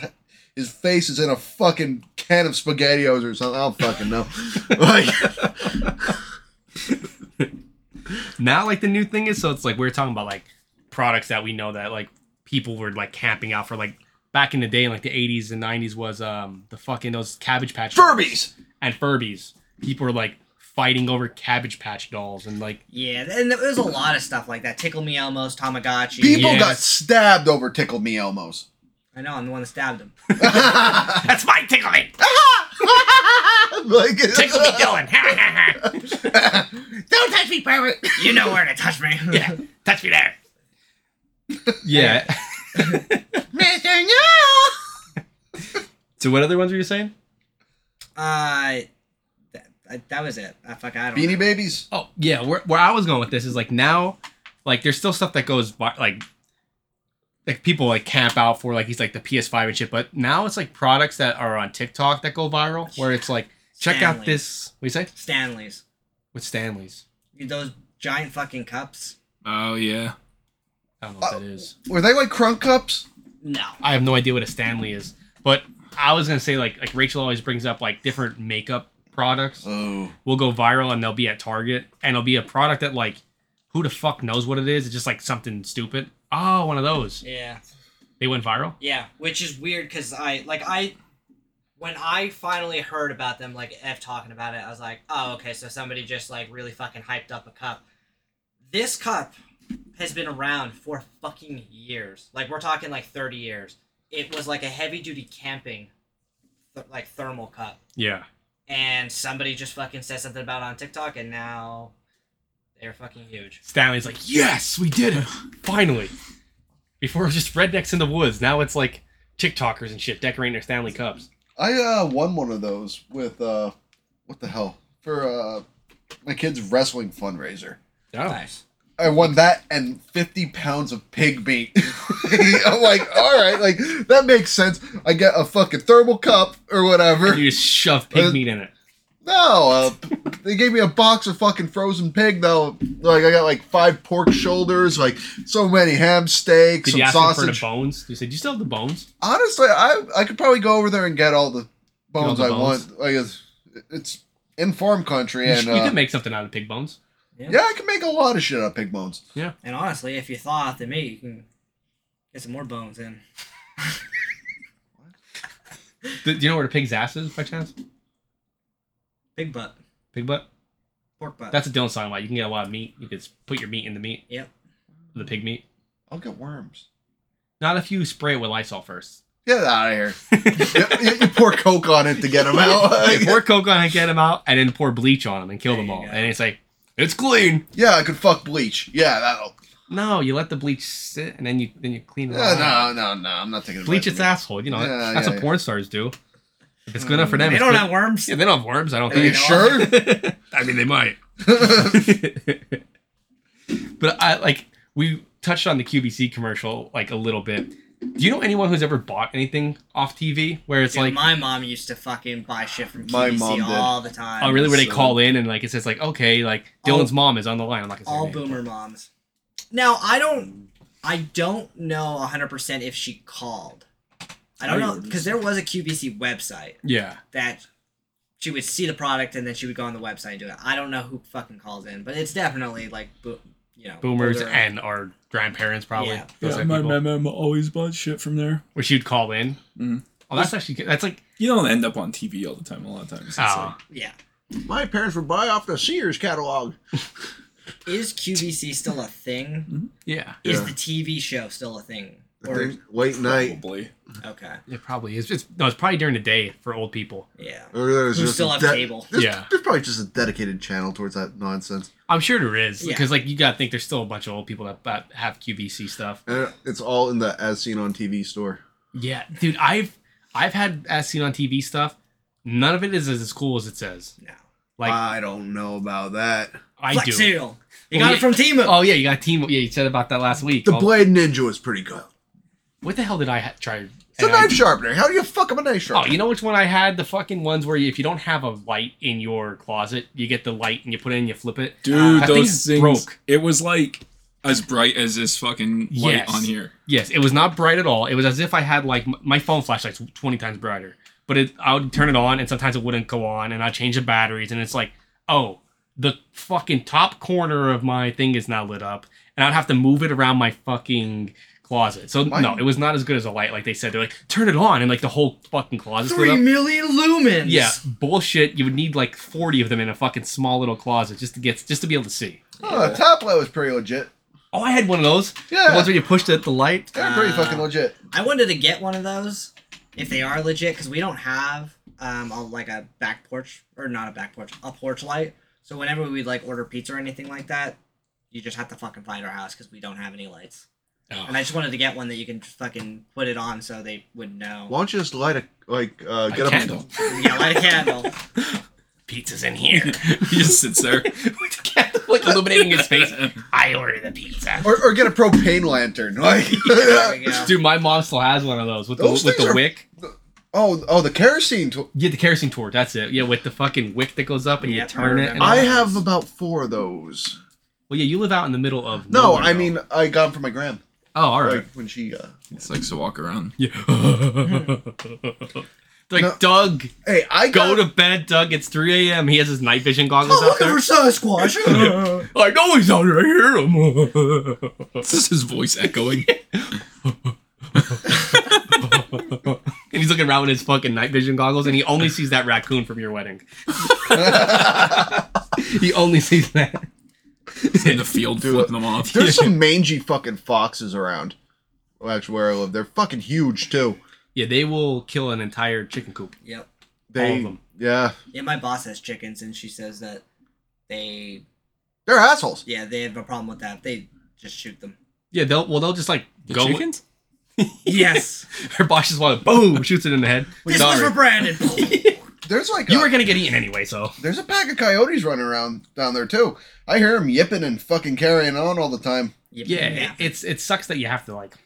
his face is in a fucking can of spaghettios or something. I don't fucking know. like, now, like the new thing is, so it's like we we're talking about like products that we know that like people were like camping out for like back in the day, in like the '80s and '90s was um the fucking those Cabbage Patch dolls Furbies. and Furbies. People were like fighting over Cabbage Patch dolls and like Yeah, and there was a lot of stuff like that. Tickle Me Elmo's, Tamagotchi. People Yes. got stabbed over Tickle Me Elmos. I know, I'm the one that stabbed him. that's my tickle me, like tickle me, Dylan. Don't touch me, pirate. you know where to touch me. yeah, touch me there. Yeah. Mister No. so what other ones were you saying? Uh, that, I- that was it. I fuck. I don't. Beanie Babies. Oh yeah, where where I was going with this is like now, like there's still stuff that goes by, like, like people like camp out for like he's like the PS5 and shit, but now it's like products that are on TikTok that go viral where it's like check out Stanley. this what do you say Stanley's. with Stanley's. Those giant fucking cups. Oh, yeah. I don't know what that is. Were they like crunk cups? No. I have no idea what a Stanley is, but I was gonna say like like Rachel always brings up like different makeup products Oh. will go viral and they'll be at Target and it'll be a product that like who the fuck knows what it is? It's just like something stupid. Oh, one of those. Yeah. They went viral. Yeah, which is weird because I like I when I finally heard about them, like F talking about it, I was like, oh okay, so somebody just like really fucking hyped up a cup. This cup has been around for fucking years. Like we're talking like thirty years. It was like a heavy duty camping, th- like thermal cup, Yeah. and somebody just fucking said something about it on TikTok, and now they're fucking huge. Stanley's like, yes, we did it. Finally. Before it was just rednecks in the woods. Now it's like TikTokers and shit decorating their Stanley cups. I uh won one of those with uh what the hell for uh my kid's wrestling fundraiser. Oh. Nice. I won that and 50 pounds of pig meat. I'm like, all right, like that makes sense. I get a fucking thermal cup or whatever. You just shove Uh, pig meat in it. No, uh, they gave me a box of fucking frozen pig though. Like I got like five pork shoulders, like so many ham steaks, Did you some ask them for sausage. the bones? You said, do you still have the bones? Honestly, I I could probably go over there and get all the all bones the I bones? want. Like it's, it's in farm country, You sh- and you uh, can make something out of pig bones. yeah, I can make a lot of shit out of pig bones. And honestly, if you thaw out the meat, you can get some more bones in. Do, do you know where the pig's ass is by chance? Big butt. Pig butt? Pork butt. That's a Dylan song about. You can get a lot of meat. You can s- put your meat in the meat, Yep. the pig meat. I'll get worms. Not if you spray it with Lysol first. Get out of here. you, you- you pour Coke on it to get him out. They pour coke on and get him out, and then pour bleach on him and kill them you all. go. And it's like, it's clean. yeah, I could fuck bleach. Yeah, that'll. No, you let the bleach sit, and then you then you clean it. all No, out. no, no, no. I'm not taking it bleach away its from you. asshole. You know Yeah, that's yeah, what yeah. porn stars do. If it's good enough for them, They it's don't good- have worms. Yeah, they don't have worms. I don't Are you think. sure? I mean, they might. but I like we touched on the QVC commercial like a little bit. Do you know anyone who's ever bought anything off TV where it's Dude, like, my mom used to fucking buy shit from QVC My mom did. all the time. oh really? Where they so- call in and like it says like, okay, like All- Dylan's mom is on the line. I'm not gonna say All her name. boomer moms. Now I don't, I don't know hundred percent if she called. I don't know because there was a QVC website Yeah, that she would see the product and then she would go on the website and do it. I don't know who fucking calls in, but it's definitely like, bo- you know, boomers older- and our grandparents probably. Yeah. those Yeah, type my people, my mom always bought shit from there. where she'd call in. Mm-hmm. Mhm. Oh, that's actually good. that's like You don't end up on TV all the time. A lot of times. It's oh, yeah. My parents would buy off the Sears catalog. Is QVC still a thing? yeah, Is Yeah. the TV show still a thing? I Or think late like, night. probably. okay, it probably is. It's no, it's probably during the day for old people. yeah. Or there's Who just still a have de- cable? There's, Yeah. there's probably just a dedicated channel towards that nonsense. I'm sure there is Yeah. because like you gotta think there's still a bunch of old people that, that have QVC stuff. And Eh, it's all in the as seen on TV store. Yeah, dude, I've I've had as seen on TV stuff. None of it is as cool as it says. No. Like I don't know about that. I Flex do. Seal. You Well, got yeah. it from Timu. Oh yeah, you got team. Yeah, you said about that last week. The Oh, Blade Ninja is pretty good. what the hell did I ha- try? It's a and I- knife sharpener. How do you fuck up a knife Oh, sharpener? you know which one I had? The fucking ones where you, if you don't have a light in your closet, you get the light and you put it in, you flip it. Dude, That those thing Ah, things. broke. It was like as bright as this fucking light Yes. on here. Yes, it was not bright at all. It was as if I had like m- my phone flashlight's twenty times brighter. But it, I would turn it on, and sometimes it wouldn't go on, and I would change the batteries, and it's like, oh, the fucking top corner of my thing is now lit up, and I'd have to move it around my fucking closet. So no, Mine- it was not as good as a light, like they said. They're like, turn it on, and like the whole fucking closet. Three million lumens. Yeah, bullshit. You would need like forty of them in a fucking small little closet just to get just to be able to see. Oh, the top light was pretty legit. Oh, I had one of those. The Yeah. ones where you pushed at the light. They're pretty Uh, fucking legit. I wanted to get one of those if they are legit because we don't have um a, like a back porch or not a back porch a porch light. So whenever we'd like order pizza or anything like that, you just have to fucking find our house because we don't have any lights. Oh. And I just wanted to get one that you can just fucking put it on so they would know. Why don't you just light a like uh, A get candle. Yeah, light a candle. Pizza's in here. He just sits there. like illuminating his face. I order the pizza. a or, or get a propane lantern? Like There we go. Dude, my mom still has one of those with the, Those with the things are- wick. oh oh the kerosene. T- Yeah, the kerosene torch. That's it. Yeah, with the fucking wick that goes up and Yeah, you turn it. I And I all that. have about four of those. Well, yeah, you live out in the middle of. No, nowhere, I though. mean I got them from my gram. Oh, all right. Like when she. Uh, It's like to walk around. Yeah. like No. Doug, hey, I go got, to bed, Doug. It's 3 a.m. He has his night vision goggles Oh, out look there. for Sasquatch. I know he's out there. I hear him. It's just his voice echoing. and he's looking around with his fucking night vision goggles, and he only sees that raccoon from your wedding. he only sees that. He's in the field Dude, flipping them off. There's some mangy fucking foxes around. Well, actually, where I live, they're fucking huge too. Yeah, they will kill an entire chicken coop. yep. They, All of them. Yeah, Yeah, my boss has chickens, and she says that they, they're assholes. yeah, they have a problem with that. They just shoot them. Yeah, they'll well they'll just like The go. chickens? Yes. Her boss just wanna boom shoots it in the head. this was Sorry. for Brandon. There's like you a- were gonna get eaten anyway, so there's a pack of coyotes running around down there too. I hear them yipping and fucking carrying on all the time. Yep. yeah, it- it's it sucks that you have to like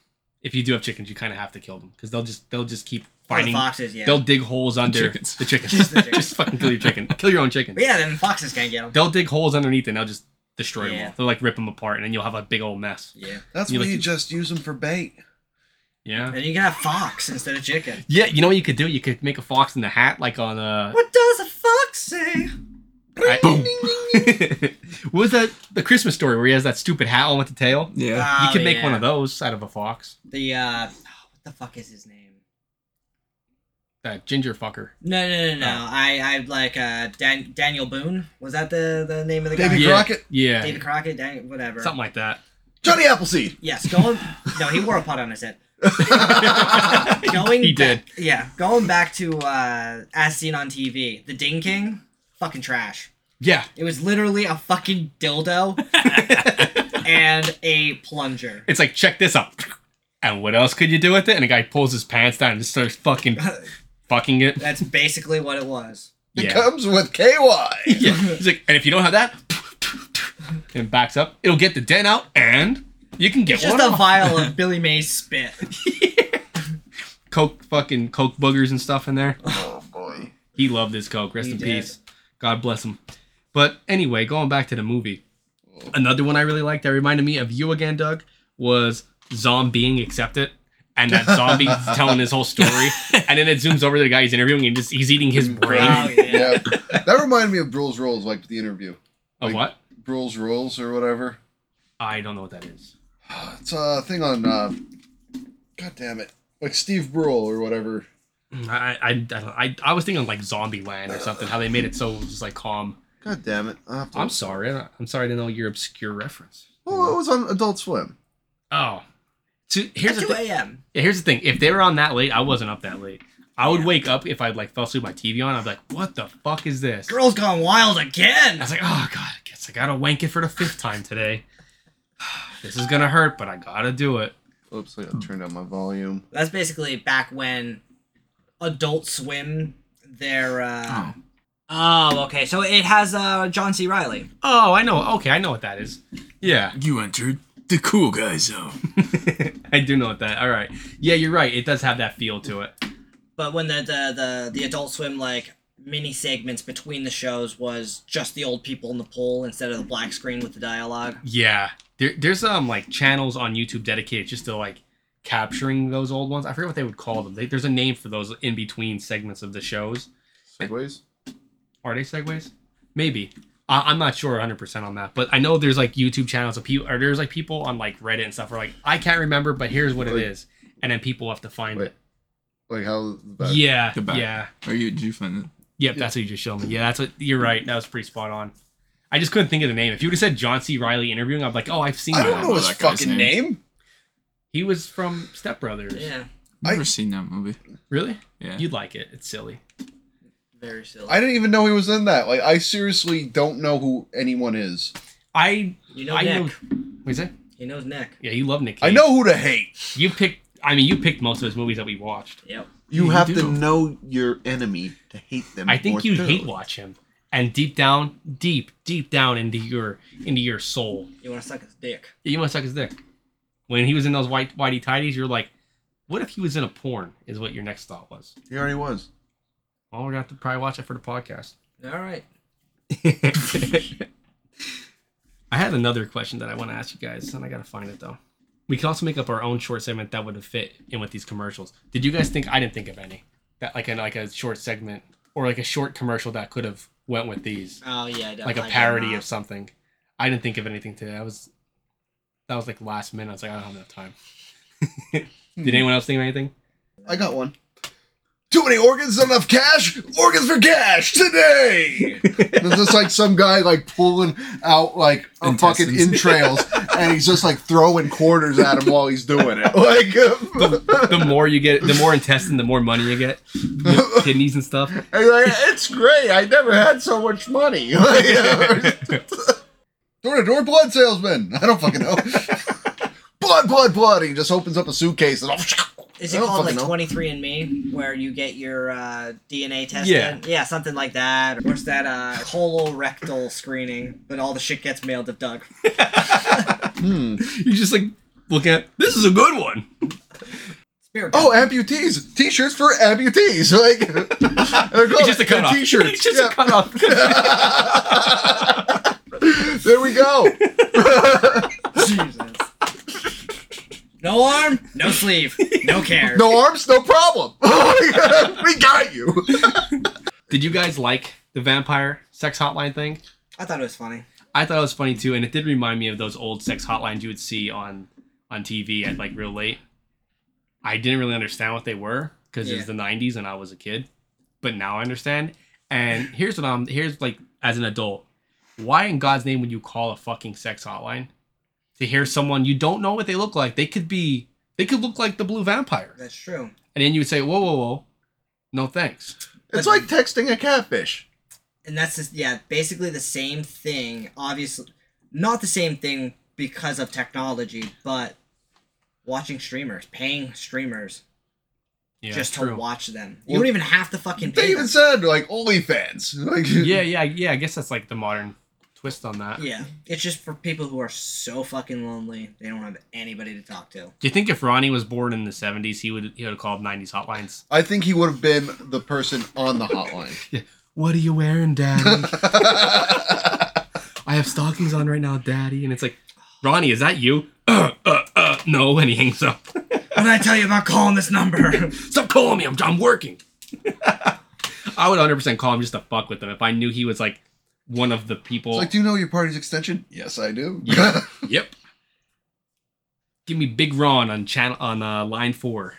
if you do have chickens, you kind of have to kill them because they'll just they'll just keep Or the finding. foxes, yeah. They'll dig holes under chickens. the chickens. Just Just, the chickens. fucking kill your chicken. Kill your own chicken. But yeah, then foxes can't get them. They'll dig holes underneath and they'll just destroy them Yeah. all. They'll like rip them apart and then you'll have a big old mess. Yeah. That's You why like- you just use them for bait. Yeah. And you can have fox instead of chicken. Yeah, you know what you could do? You could make a fox in the hat, like on a. What does a fox say? I- Boom. what was that? The Christmas story where he has that stupid hat on with the tail. Yeah. You Oh, could make yeah. one of those out of a fox. The, uh, oh, what the fuck is his name? That ginger fucker. No, no, no, no. Oh, I, I like, uh, Dan- Daniel Boone. Was that the, the name of the Davy guy? Yeah. Crockett, Yeah, David Crockett, Daniel, whatever. something like that. Johnny Appleseed. Yes, going. no, he wore a pot on his head. Going He did. ba- yeah, going back to uh, as seen on TV, the Ding King, fucking trash. Yeah. It was literally a fucking dildo and a plunger. It's like, check this out. And what else could you do with it? And a guy pulls his pants down and just starts fucking fucking it. That's basically what it was. It Yeah. comes with KY. yeah. He's like, and if you don't have that, and backs up, it'll get the dent out and you can get It's just one a off. vial of Billy Mays spit. Coke fucking Coke boogers and stuff in there. Oh boy. He loved his Coke. Rest He in did. peace. God bless him. But anyway, going back to the movie, another one I really liked that reminded me of you again, Doug, was Zombieing Accept It. And that zombie telling his whole story. And then it zooms over to the guy he's interviewing and just he's eating his brain. Oh, yeah. Yeah. that reminded me of Brule's Rules, like the interview. Of what? Brule's Rules or whatever. I don't know what that is. It's a thing on. Uh, God damn it. Like Steve Brule or whatever. I I, I, don't, I I was thinking like Zombie Land or something. How they made it so just like calm. God damn it. I'll have to- I'm sorry. I don't- I'm sorry to know your obscure reference. Well, it was on Adult Swim. Oh, so here's At the 2 thing. a.m. Yeah, here's the thing. If they were on that late, I wasn't up that late. I would wake up if I like fell asleep with my TV on. I'd be like, "What the fuck is this?" Girls gone wild I again. was like, "Oh god, I guess I gotta wank it for the fifth time today. this is gonna hurt, but I gotta do it." Oops, I gotta turn down my volume. That's basically back when Adult Swim, their. Uh... Oh. okay. So it has uh, John C. Riley. Oh, I know. Okay, I know what that is. Yeah, You entered the cool guy zone. I do know what that. All right. Yeah, you're right. It does have that feel to it. But when the, the, the, the Adult Swim, like, mini segments between the shows was just the old people in the pool instead of the black screen with the dialogue. Yeah, there, there's um like channels on YouTube dedicated just to like capturing those old ones. I forget what they would call them. They, there's a name for those in between segments of the shows. Segways? Are they segues? Maybe. I, I'm not sure 100 percent on that, but I know there's like YouTube channels of people, or there's like people on like Reddit and stuff. Where like I can't remember, but here's what it Wait. is, and then people have to find Wait. it. Like how. That, Yeah, The back. yeah, Are you? Did you find it? yep. That's what you just showed me. Yeah, that's what you're right. That was pretty spot on. I just couldn't think of the name. If you would have said John C. Riley interviewing, I'm like, oh, I've seen I that. don't know his that guy's fucking name. name. He was from Step Brothers. Yeah. I- Never seen that movie. Really? Yeah. You'd like it. It's silly. Very silly. I didn't even know he was in that. Like, I seriously don't know who anyone is. I you know I Nick. know. What is it? He knows Nick. Yeah, you love Nick. I Cage. know who to hate. You picked. I mean, you picked most of his movies that we watched. Yep. You You have do. to know your enemy to hate them. I think more you thoroughly. hate watch him, and deep down, deep, deep down into your into your soul, You want to suck his dick. you want to suck his dick. When he was in those white whitey tidies, you're like, "What if he was in a porn?" Is what your next thought was. He already was. Well, we're gonna have to probably watch it for the podcast. All right. I had another question that I want to ask you guys, and I gotta find it though. We could also make up our own short segment that would have fit in with these commercials. Did you guys think I didn't think of any that like a like a short segment or like a short commercial that could have went with these, Oh yeah. like a parody uh, of something? I didn't think of anything today. I was that was like last minute. I was like, I don't have enough time. Did anyone else think of anything? I got one. Too many organs, not enough cash. Organs for cash today. There's just like some guy like pulling out like a fucking Intestines. entrails, and he's just like throwing quarters at him while he's doing it. Like, uh, The more you get, the more intestine, the more money you get, kidneys and stuff. And you're like, it's great. I never had so much money. uh, door to door blood salesman. I don't fucking know. blood, blood, blood. He just opens up a suitcase and. Is I it don't called fucking like know. Twenty Three and Me, where you get your uh, DNA tested? Yeah. Yeah, something like that. What's that? Uh, colorectal screening, but all the shit gets mailed to Doug. Hmm. You just like look at this is a good one. Spirit Oh, amputees. T-shirts for amputees. Like they're called It's just a cutoff. T-shirts. It's just Yeah. a cutoff. there we go. Jesus. No arm, no sleeve, no care. No arms, no problem. we got you. Did you guys like the vampire sex hotline thing? I thought it was funny. I thought it was funny too, and it did remind me of those old sex hotlines you would see on on TV at like real late. I didn't really understand what they were because it was the '90s and I was a kid, but now I understand. And here's what I'm here's like as an adult, why in God's name would you call a fucking sex hotline to hear someone you don't know what they look like? They could be They could look like the blue vampire. That's true. And then you would say, whoa, whoa, whoa. No thanks. It's like texting a catfish. and that's just, yeah basically the same thing obviously not the same thing because of technology but watching streamers paying streamers Yeah, just to true. watch them you don't even have to fucking pay They them. even said like OnlyFans. Like Yeah, yeah, yeah. I guess that's like the modern twist on that. yeah it's just for people who are so fucking lonely they don't have anybody to talk to Do you think if Ronnie was born in the 70s, he would he would have called 90s hotlines? I think he would have been the person on the hotline. What are you wearing, Daddy? I have stockings on right now, Daddy. And it's like, Ronnie, is that you? Uh, uh, uh, no, and he hangs up. what did i tell you about calling this number Stop calling me. I'm, I'm working. I would 100% call him just to fuck with him if I knew he was like one of the people. like, do you know your party's extension? Yes, I do. Yeah. yep. Give me Big Ron on channel on uh, line four.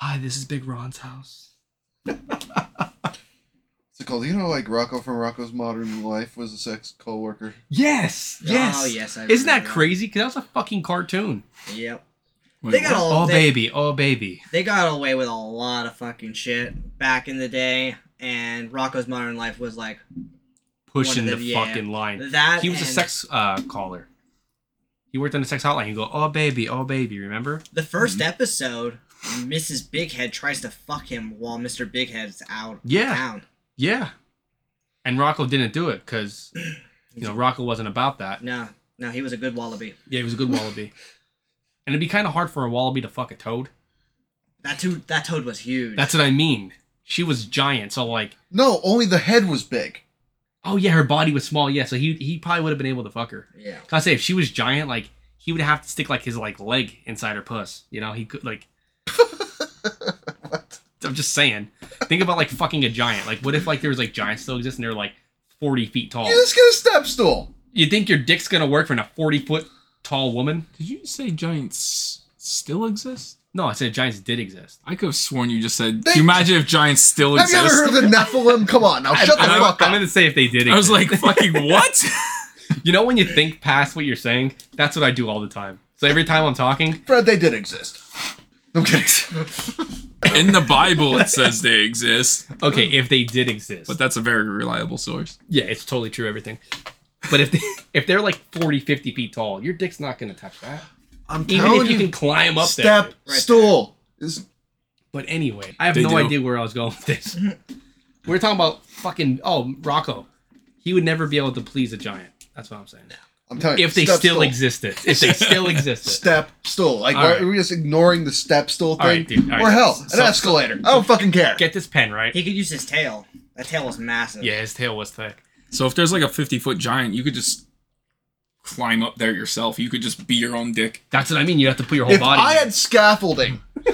Hi, this is Big Ron's house. What's it called? You know, like Rocco from Rocco's Modern Life was a sex coworker. Yes. Yes. oh yes I Isn't that remember crazy? Because that was a fucking cartoon. yep Wait, they got what? all oh, they- baby. Oh, baby. they got away with a lot of fucking shit back in the day and rocco's modern life was like Pushing One the of them, yeah. fucking line. that He was a and- sex uh, caller. He worked on the sex hotline. You go, oh, baby. Oh, baby. Remember? The 1st Mm-hmm. episode, Mrs. Bighead tries to fuck him while Mr. Bighead's out Yeah. of town. Yeah. And Rocco didn't do it because, you know, Rocco wasn't about that. No, no, he was a good wallaby. Yeah, he was a good wallaby. and it'd be kind of hard for a wallaby to fuck a toad. That toad, that toad was huge. That's what I mean. She was giant, so like, No, only the head was big. oh yeah, her body was small. Yeah, so he he probably would have been able to fuck her. yeah. I say if she was giant, like he would have to stick like his like leg inside her puss. You know, he could like. I'm just saying. Think about like fucking a giant. Like, what if like there was like giants still exist and they're like 40 feet tall? You just get a step stool. You think your dick's gonna work for a 40 foot tall woman? Did you say giants still exist? No, I said giants did exist. I could have sworn you just said. They- Do you imagine if giants still Have you exist? ever heard of the Nephilim? Come on, now shut the I'm, fuck I'm up. gonna say if they did. Exist. I was like, fucking what? You know when you think past what you're saying? That's what I do all the time. So every time I'm talking, Fred, they did exist. No kidding. In the Bible, it says they exist, okay, if they did exist. but that's a very reliable source. yeah, it's totally true everything. But if they, if they're like 40, 50 feet tall, your dick's not going to touch that. I'm Even telling if you you, can climb up step there. stool. Is But anyway, I have They no do. idea where I was going with this. we were talking about fucking oh, Rocco. He would never be able to please a giant. That's what I'm saying. I'm telling you, If they step still stool. existed. If they still existed. Step stool. Like, All why right. are we just ignoring the step stool thing? right, dude, all Or right. hell, an So- escalator. I don't fucking care. Get this pen, right? He could use his tail. That tail was massive. Yeah, his tail was thick. So if there's like a 50 foot giant, you could just climb up there yourself. You could just be your own dick. That's what I mean. You have to put your whole if body I in. had scaffolding,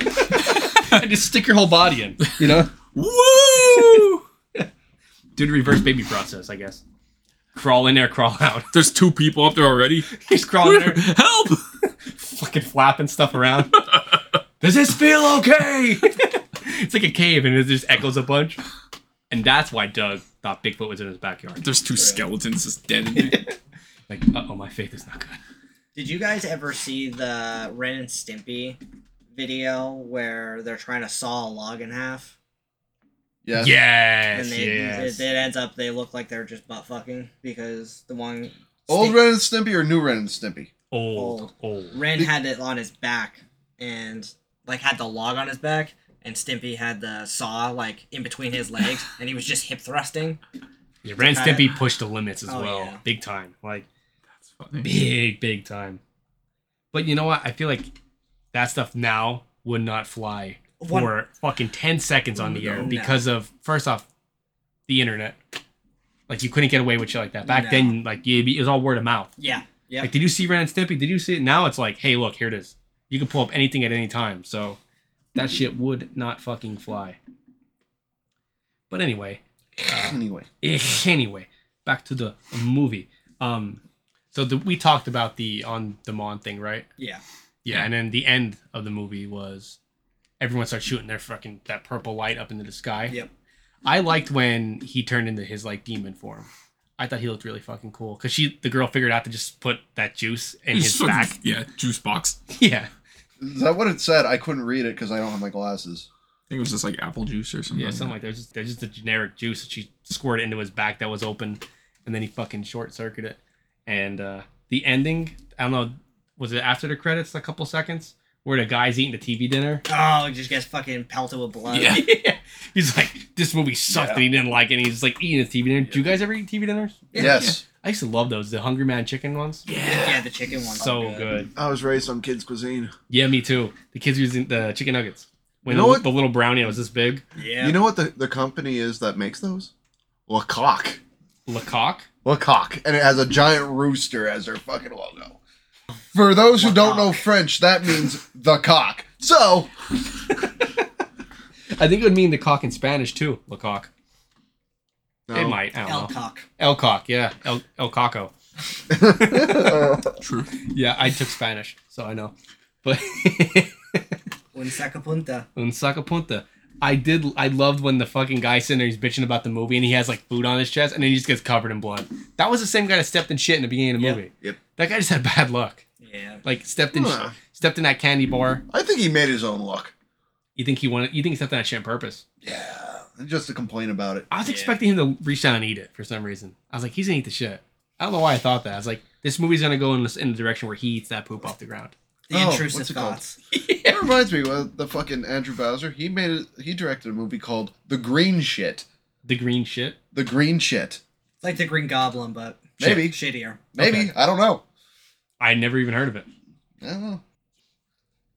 just stick your whole body in. You know? Woo! Do the reverse baby process, I guess. Crawl in there, crawl out. There's two people up there already. He's crawling in there, Help! fucking flapping stuff around. Does this feel okay? it's like a cave and it just echoes a bunch. And that's why Doug thought Bigfoot was in his backyard. There's two skeletons just dead in there. Like, uh oh, my faith is not good. Did you guys ever see the Ren and Stimpy video where they're trying to saw a log in half? yes. Yes, and they, yes. it, it ends up they look like they're just butt fucking because the one Old Stim- Ren and Stimpy or new Ren and Stimpy? Old, old. Ren had it on his back and like had the log on his back, and Stimpy had the saw like in between his legs, and he was just hip thrusting. Yeah, Ren Got it. Stimpy pushed the limits as Oh, well. yeah. Big time. Like, Funny. big, big time. But you know what? I feel like that stuff now would not fly for One- fucking 10 seconds on the air No. because of, first off, the internet. Like, you couldn't get away with shit like that. Back No. then, like, you'd be- it was all word of mouth. Yeah, yeah. Like, did you see Ren and Stimpy? Did you see it? Now it's like, hey, look, here it is. You can pull up anything at any time. So that shit would not fucking fly. But anyway, Anyway, Eh, anyway, back to the movie. Um, so the, we talked about the on demand thing, right? yeah. Yeah. And then the end of the movie was everyone starts shooting their fucking that purple light up into the sky. Yep. I liked when he turned into his like demon form. I thought he looked really fucking cool because she, the girl, figured out to just put that juice in his Just fucking- back. Yeah, juice box. Yeah. Is that what it said? I couldn't read it because I don't have my glasses. think it was just like apple juice or something. Yeah, something like there's just there's just a generic juice that she squirted into his back that was open, and then he fucking short circuited it. And uh, the ending, I don't know, was it after the credits, a couple seconds, where the guy's eating the TV dinner? Oh, he just gets fucking pelted with blood. Yeah. He's like, this movie sucked, and he didn't like it. And he's like eating his TV dinner. Do you guys ever eat TV dinners? yes. I used to love those, the Hungry Man Chicken ones. Yeah, the chicken one. so good. I was raised on kids' cuisine. Yeah, me too. The kids using the chicken nuggets. When You know the, what? the little brownie was this big, Yeah. You know what the, the company is that makes those? Lecoq. Lecoq. Lecoq, and it has a giant rooster as their fucking logo. For those who don't know French, that means the cock. So I think it would mean the cock in Spanish too. Lecoq. No. um, It might. I don't know. elcock. El cock, yeah. El, el caco. True. Yeah, I took Spanish, so I know. But Un sacapunta. un sacapunta. I did. I loved when the fucking guy sitting there, he's bitching about the movie, and he has like food on his chest, and then he just gets covered in blood. That was the same guy that stepped in shit in the beginning of the Yep. movie. Yep. That guy just had bad luck. Yeah. Like stepped in, sh- Huh. stepped in that candy bar. I think he made his own luck. You think he wanted? You think he stepped in that shit on purpose? Yeah, just to complain about it. I was expecting him to reach down and eat it for some reason. I was like, he's gonna eat the shit. I don't know why I thought that. I was like, this movie's gonna go in, this, in the direction where he eats that poop off the ground. The Oh, intrusive what's it called? thoughts. That reminds me of the fucking Andrew Bowser. He made it. He directed a movie called The Green Shit. The green shit. The Green Shit. It's like the Green Goblin, but Maybe. shittier. Maybe Okay. I don't know. I never even heard of it. I don't know.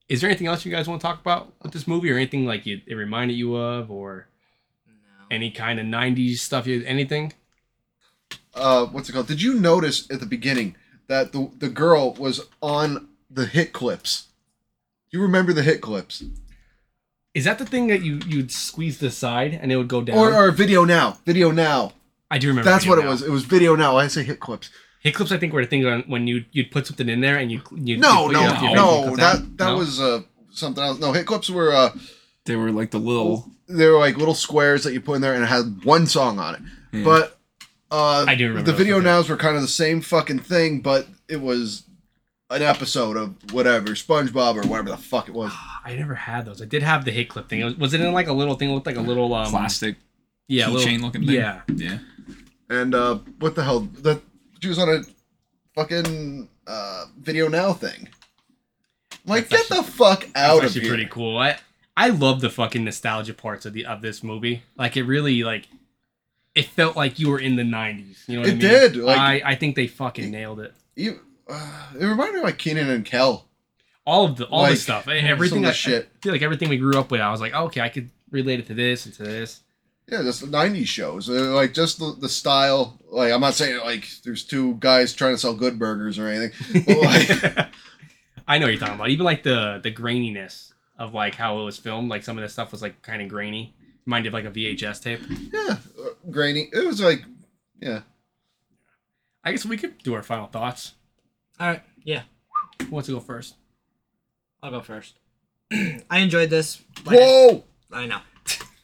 Is there anything else you guys want to talk about with this movie, or anything like you, it reminded you of, or any kind of '90s stuff? you- Anything? uh, what's it called? Did you notice at the beginning that the the girl was on the hit clips? You remember the hit clips Is that the thing that you you'd squeeze the side and it would go down? or, or video now? Video now. I do remember. That's video what it now. was. It was video now. I say hit clips. Hit clips, I think, were the thing on- when you you'd put something in there and you you No, no, no. yeah, no. that that No? was uh, something else. No, hit clips were uh, They were like the little. they were like little squares that you put in there and it had one song on it. But uh, I do remember the those, video okay. nows were kind of the same fucking thing, but it was an episode of whatever SpongeBob or whatever the fuck it was. I never had those. I did have the hit clip thing. It was, was it in like a little thing? It looked like a little um, plastic yeah, a little- keychain looking thing. Yeah, Yeah. and uh what the hell the she was on a fucking uh video now thing I'm like That's get the fuck out That's of actually here pretty cool. I I love the fucking nostalgia parts of the of this movie. Like it really like it felt like you were in the nineties. You know what It I mean? did, like- I I think they fucking nailed it. You- uh, it reminded me of like keenan and kel All of the all Like, the stuff. some Everything. of the I, shit. I feel like everything we grew up with. I was like, oh, okay, I could relate it to this and to this. yeah just the 90s shows Uh, like just the, the style like i'm not saying like there's two guys trying to sell good burgers or anything but like I know what you're talking about. Even like the the graininess of like how it was filmed. Like some of the stuff was like kind of grainy. Reminded of like a VHS tape. yeah uh, grainy it was like yeah I guess we could do our final thoughts. All right. Yeah. Who wants to go first? I'll go first. I enjoyed this. Like I- whoa I know.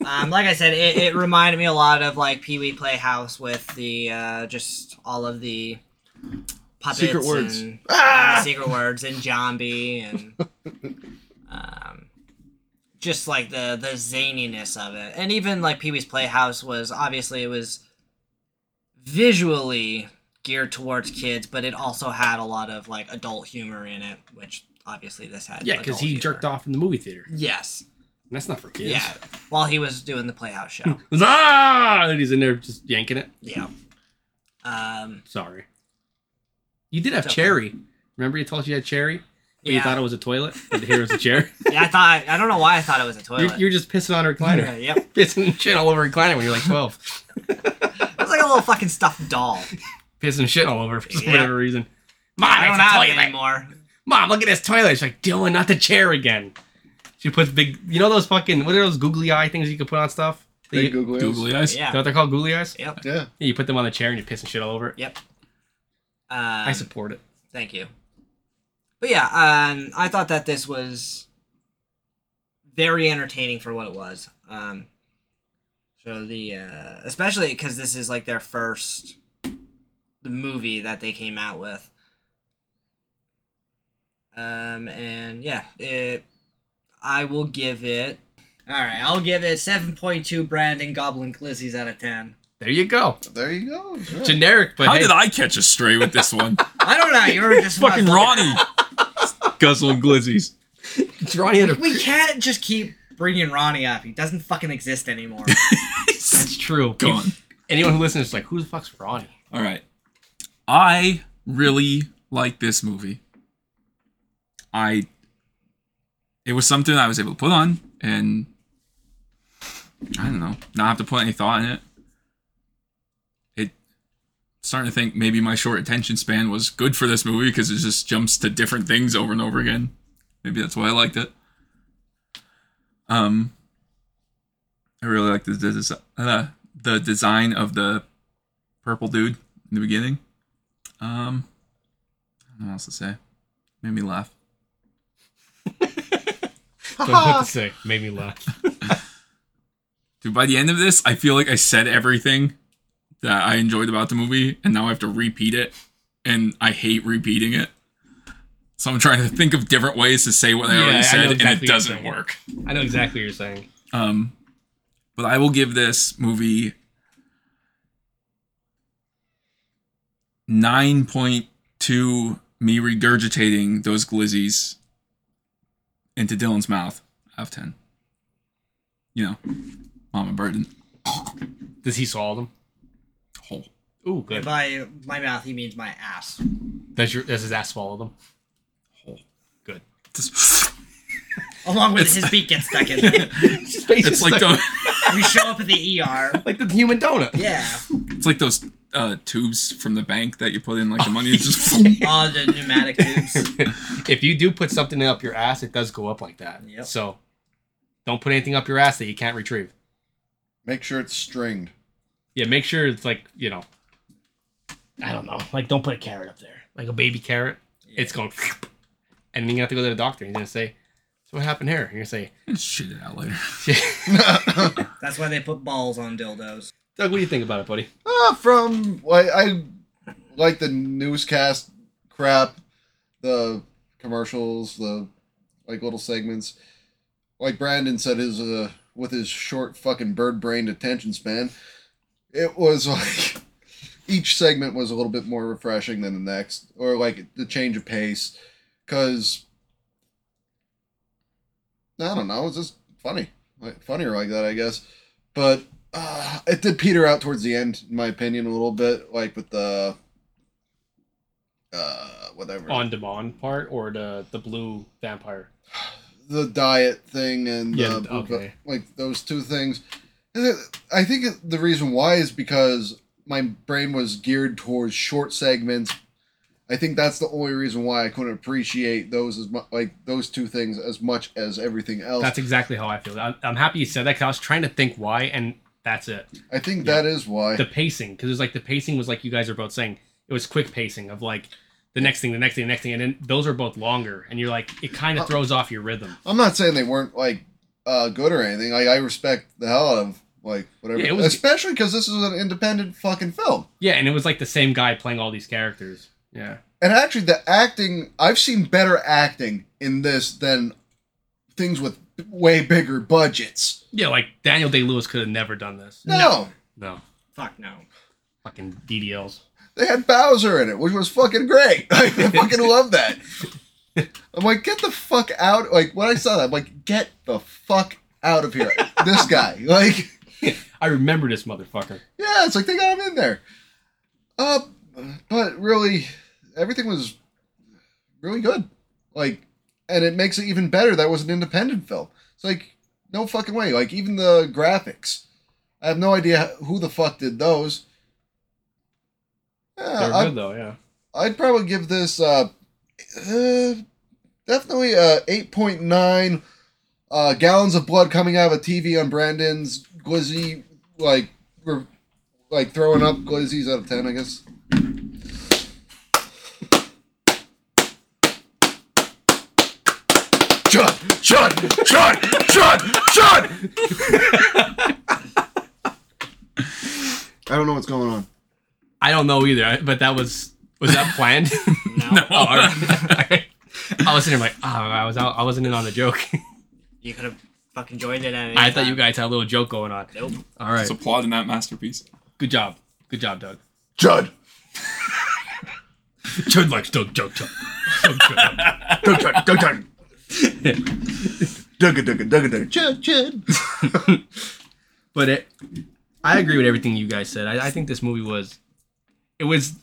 Um, like I said, it, it reminded me a lot of like Pee Wee Playhouse with the uh, just all of the puppets Secret words. Ah! and and secret words and zombie and um, just like the the zaniness of it, and even like Pee Wee's Playhouse was obviously it was visually geared towards kids, but it also had a lot of like adult humor in it, which obviously this had. oh, Yeah, because adult he humor. jerked off in the movie theater. Yes. That's not for kids. Yeah, while he was doing the Playhouse show. Ah! And he's in there just yanking it. yeah. Um. Sorry. You did have It's okay. cherry. Remember you told you had cherry? But you Yeah. thought it was a toilet? But here it was a chair? yeah, I thought I don't know why I thought it was a toilet. you're, you're just pissing on a yeah, recliner. yep. Pissing shit all over a recliner when you're like 12. It was like a little fucking stuffed doll. Pissing shit all over for Yeah. whatever reason. Mom, I don't it's a have it toilet. anymore. Mom, look at this toilet. She's like, Dylan, not the chair again. She puts big, you know those fucking, what are those googly eye things you can put on stuff? That Big you- googly eyes. Googly eyes. is Yeah. that what they're called, googly eyes? Yep. yeah Yeah, you put them on the chair and you're pissing shit all over it. Yep. Um, I support it. Thank you. But yeah, um, I thought that this was very entertaining for what it was. Um, so the uh, especially because this is like their first movie that they came out with. Um, and yeah, it. I will give it. All right, I'll give it seven point two Brandon Goblin Glizzies out of ten. There you go. There you go. Sure. Generic, but How hey, did I catch a stray with this one? I don't know. You're just Fucking Ronnie. Guzzle and glizzies. Ronnie had a- We can't just keep bringing Ronnie up. He doesn't fucking exist anymore. That's true. Gone. Anyone who listens is like, who the fuck's Ronnie? All right. I really like this movie. I it was something I was able to put on and I don't know, not have to put any thought in it. It starting to think maybe my short attention span was good for this movie because it just jumps to different things over and over again. Maybe that's why I liked it. Um I really like the the, uh, the design of the purple dude in the beginning. Um, I don't know what else to say. Made me laugh. Don't know what to say. Made me laugh. Dude, by the end of this, I feel like I said everything that I enjoyed about the movie, and now I have to repeat it, and I hate repeating it. So I'm trying to think of different ways to say what I Yeah, I know already said, exactly what and it you're doesn't saying. work. I know exactly what you're saying. Um, but I will give this movie nine point two. Me regurgitating those glizzies into Dylan's mouth out of ten. You know, Mama Burden. Does he swallow them? Oh, Ooh, good. By my mouth, he means my ass. Does your does his ass swallow them? Just- Along with his beak gets stuck in. there. His face It's like the, we show up at the ER. like the human donut. Yeah. it's like those uh, tubes from the bank that you put in like the money. It's just All the pneumatic tubes. if you do put something up your ass, it does go up like that. Yep. So don't put anything up your ass that you can't retrieve. Make sure it's stringed. Yeah, make sure it's like, you know, I don't know. Like, don't put a carrot up there. Like a baby carrot. It's going, and then you have to go to the doctor. And he's going to say, So what happened here? And you're going shit it out later. to say, That's why they put balls on dildos. Doug, what do you think about it, buddy? Uh, from like I like the newscast crap, the commercials, the like little segments. Like Brandon said, his uh with his short fucking bird brained attention span, it was like each segment was a little bit more refreshing than the next, or like the change of pace, because I don't know, it's just funny, like funnier like that, I guess. But uh, it did peter out towards the end, in my opinion, a little bit, like with the uh, whatever On demand part or the, the blue vampire? the diet thing and Yeah, the, okay. like those two things. And it- I think it- the reason why is because my brain was geared towards short segments. I think that's the only reason why I couldn't appreciate those as much, like those two things as much as everything else. That's exactly how I feel. I'm, I'm happy you said that because I was trying to think why, and that's it. I think yeah. that is why. The pacing, because it was like the pacing was like you guys are both saying, it was quick pacing of like the next thing, the next thing, the next thing, and then those are both longer, and you're like, it kind of throws off your rhythm. I'm not saying they weren't like uh, good or anything. Like I respect the hell out of like whatever, Yeah, Especially it was- 'cause especially because this is an independent fucking film. Yeah, and it was like the same guy playing all these characters. Yeah. And actually, the acting I've seen better acting in this than things with way bigger budgets. Yeah, like Daniel Day Lewis could have never done this. No, No. Fuck no. Fucking DDLs. they had Bowser in it, which was fucking great. I fucking love that. I'm like, get the fuck out! Like when I saw that, I'm like, get the fuck out of here! This guy, like. I remember this motherfucker. Yeah, it's like they got him in there. Uh, but really, everything was really good. Like, and it makes it even better that it was an independent film. It's like no fucking way. Like even the graphics, I have no idea who the fuck did those. They're Yeah, good I'd, though, yeah. I'd probably give this uh, uh definitely uh eight point nine uh gallons of blood coming out of a TV on Brandon's glizzy like we're like throwing up glizzies out of ten, I guess. Shut! Shut! Shut! Shut! Shut! I don't know what's going on. I don't know either, I- but that was was that planned? No, All right. I was sitting there like, oh, I was out, I wasn't in on the joke. You could have fucking joined it. At any I thought you time. guys had a little joke going on. Nope. All right, It's applauding that masterpiece. good job, good job, Doug. Judd. Chud likes Doug, Doug, Doug. Doug Judd. Doug Judd. Doug Doug Doug Doug. Judd Judd. But it, I agree with everything you guys said. I, I think this movie was, it was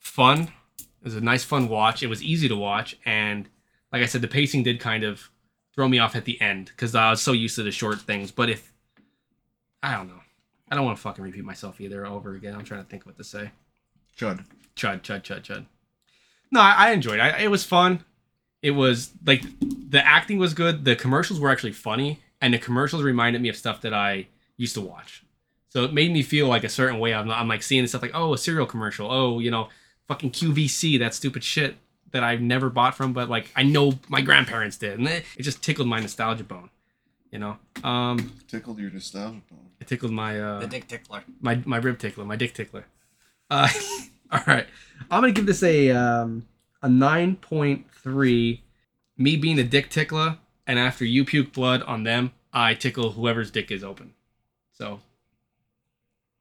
fun. It was a nice, fun watch. It was easy to watch, and like I said, the pacing did kind of throw me off at the end because I was so used to the short things. But if I don't know, I don't want to fucking repeat myself either over again. I'm trying to think what to say. Judd. Chud, chud, chud, chud. No, I, I enjoyed it. I, it was fun. It was like the acting was good. The commercials were actually funny, and the commercials reminded me of stuff that I used to watch. So it made me feel like a certain way. I'm, I'm like seeing stuff like, oh, a cereal commercial. Oh, you know, fucking QVC, that stupid shit that I've never bought from, but like I know my grandparents did, and it, it just tickled my nostalgia bone. You know, um, Tickled your nostalgia bone. it tickled my uh, The dick tickler. my my rib tickler, my dick tickler. Uh, all right, I'm gonna give this a um, a nine point three. Me being a dick tickler, and after you puke blood on them, I tickle whoever's dick is open. So,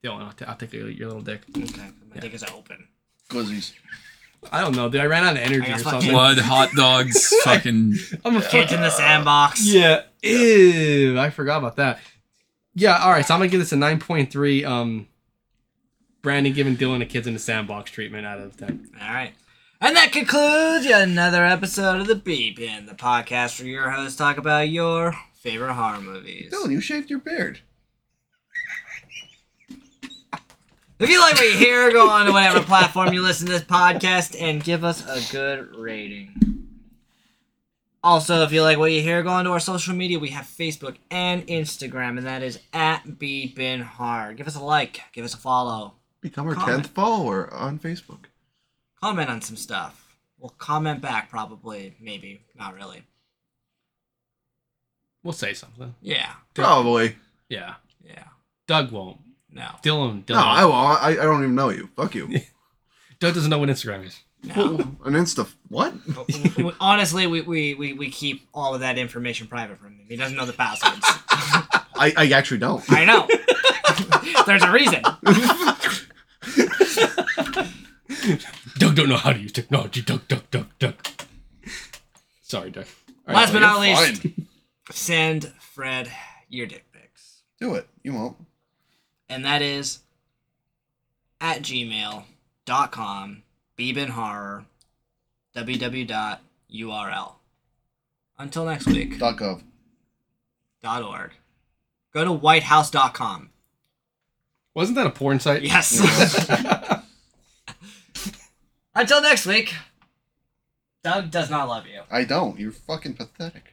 Dylan, I'll, t- I'll tickle your, your little dick. Okay, my dick is open. Glizzies. I don't know, dude. I ran out of I energy or got something. fucking- Blood, hot dogs, fucking. I'm a Kids in the sandbox. Yeah. Ew, I forgot about that. Yeah, all right, so I'm gonna give this a 9.3. Um, Brandon giving Dylan a kids in the sandbox treatment out of 10. All right. And that concludes another episode of the B Pin, the podcast where your hosts talk about your favorite horror movies. Dylan, you shaved your beard. If you like what you hear, go on to whatever platform you listen to this podcast and give us a good rating. Also, if you like what you hear, go on to our social media. We have Facebook and Instagram, and that is at Hard. Give us a like, give us a follow, Become our Comment. tenth follower on Facebook. comment on some stuff. We'll comment back, probably, maybe, not really. We'll say something. Yeah, Probably. Yeah. yeah, Doug won't. no. Dylan, Dylan. No, I, well, I I don't even know you. Fuck you. Doug doesn't know what Instagram is. no. An Insta. What? We- Honestly, we, we, we, we keep all of that information private from him. He doesn't know the passwords. I, I actually don't. I know. There's a reason. Doug don't know how to use technology. Doug, Doug, Doug, Doug. Sorry, Doug. All Last but not You're least, fine. send Fred your dick pics. Do it. You won't. And that is at gmail.com, beebinhorror, www.url. Until next week, Dot gov. dot .org. Go to whitehouse.com. Wasn't that a porn site? Yes. Until next week, Doug does not love you. I don't. You're fucking pathetic.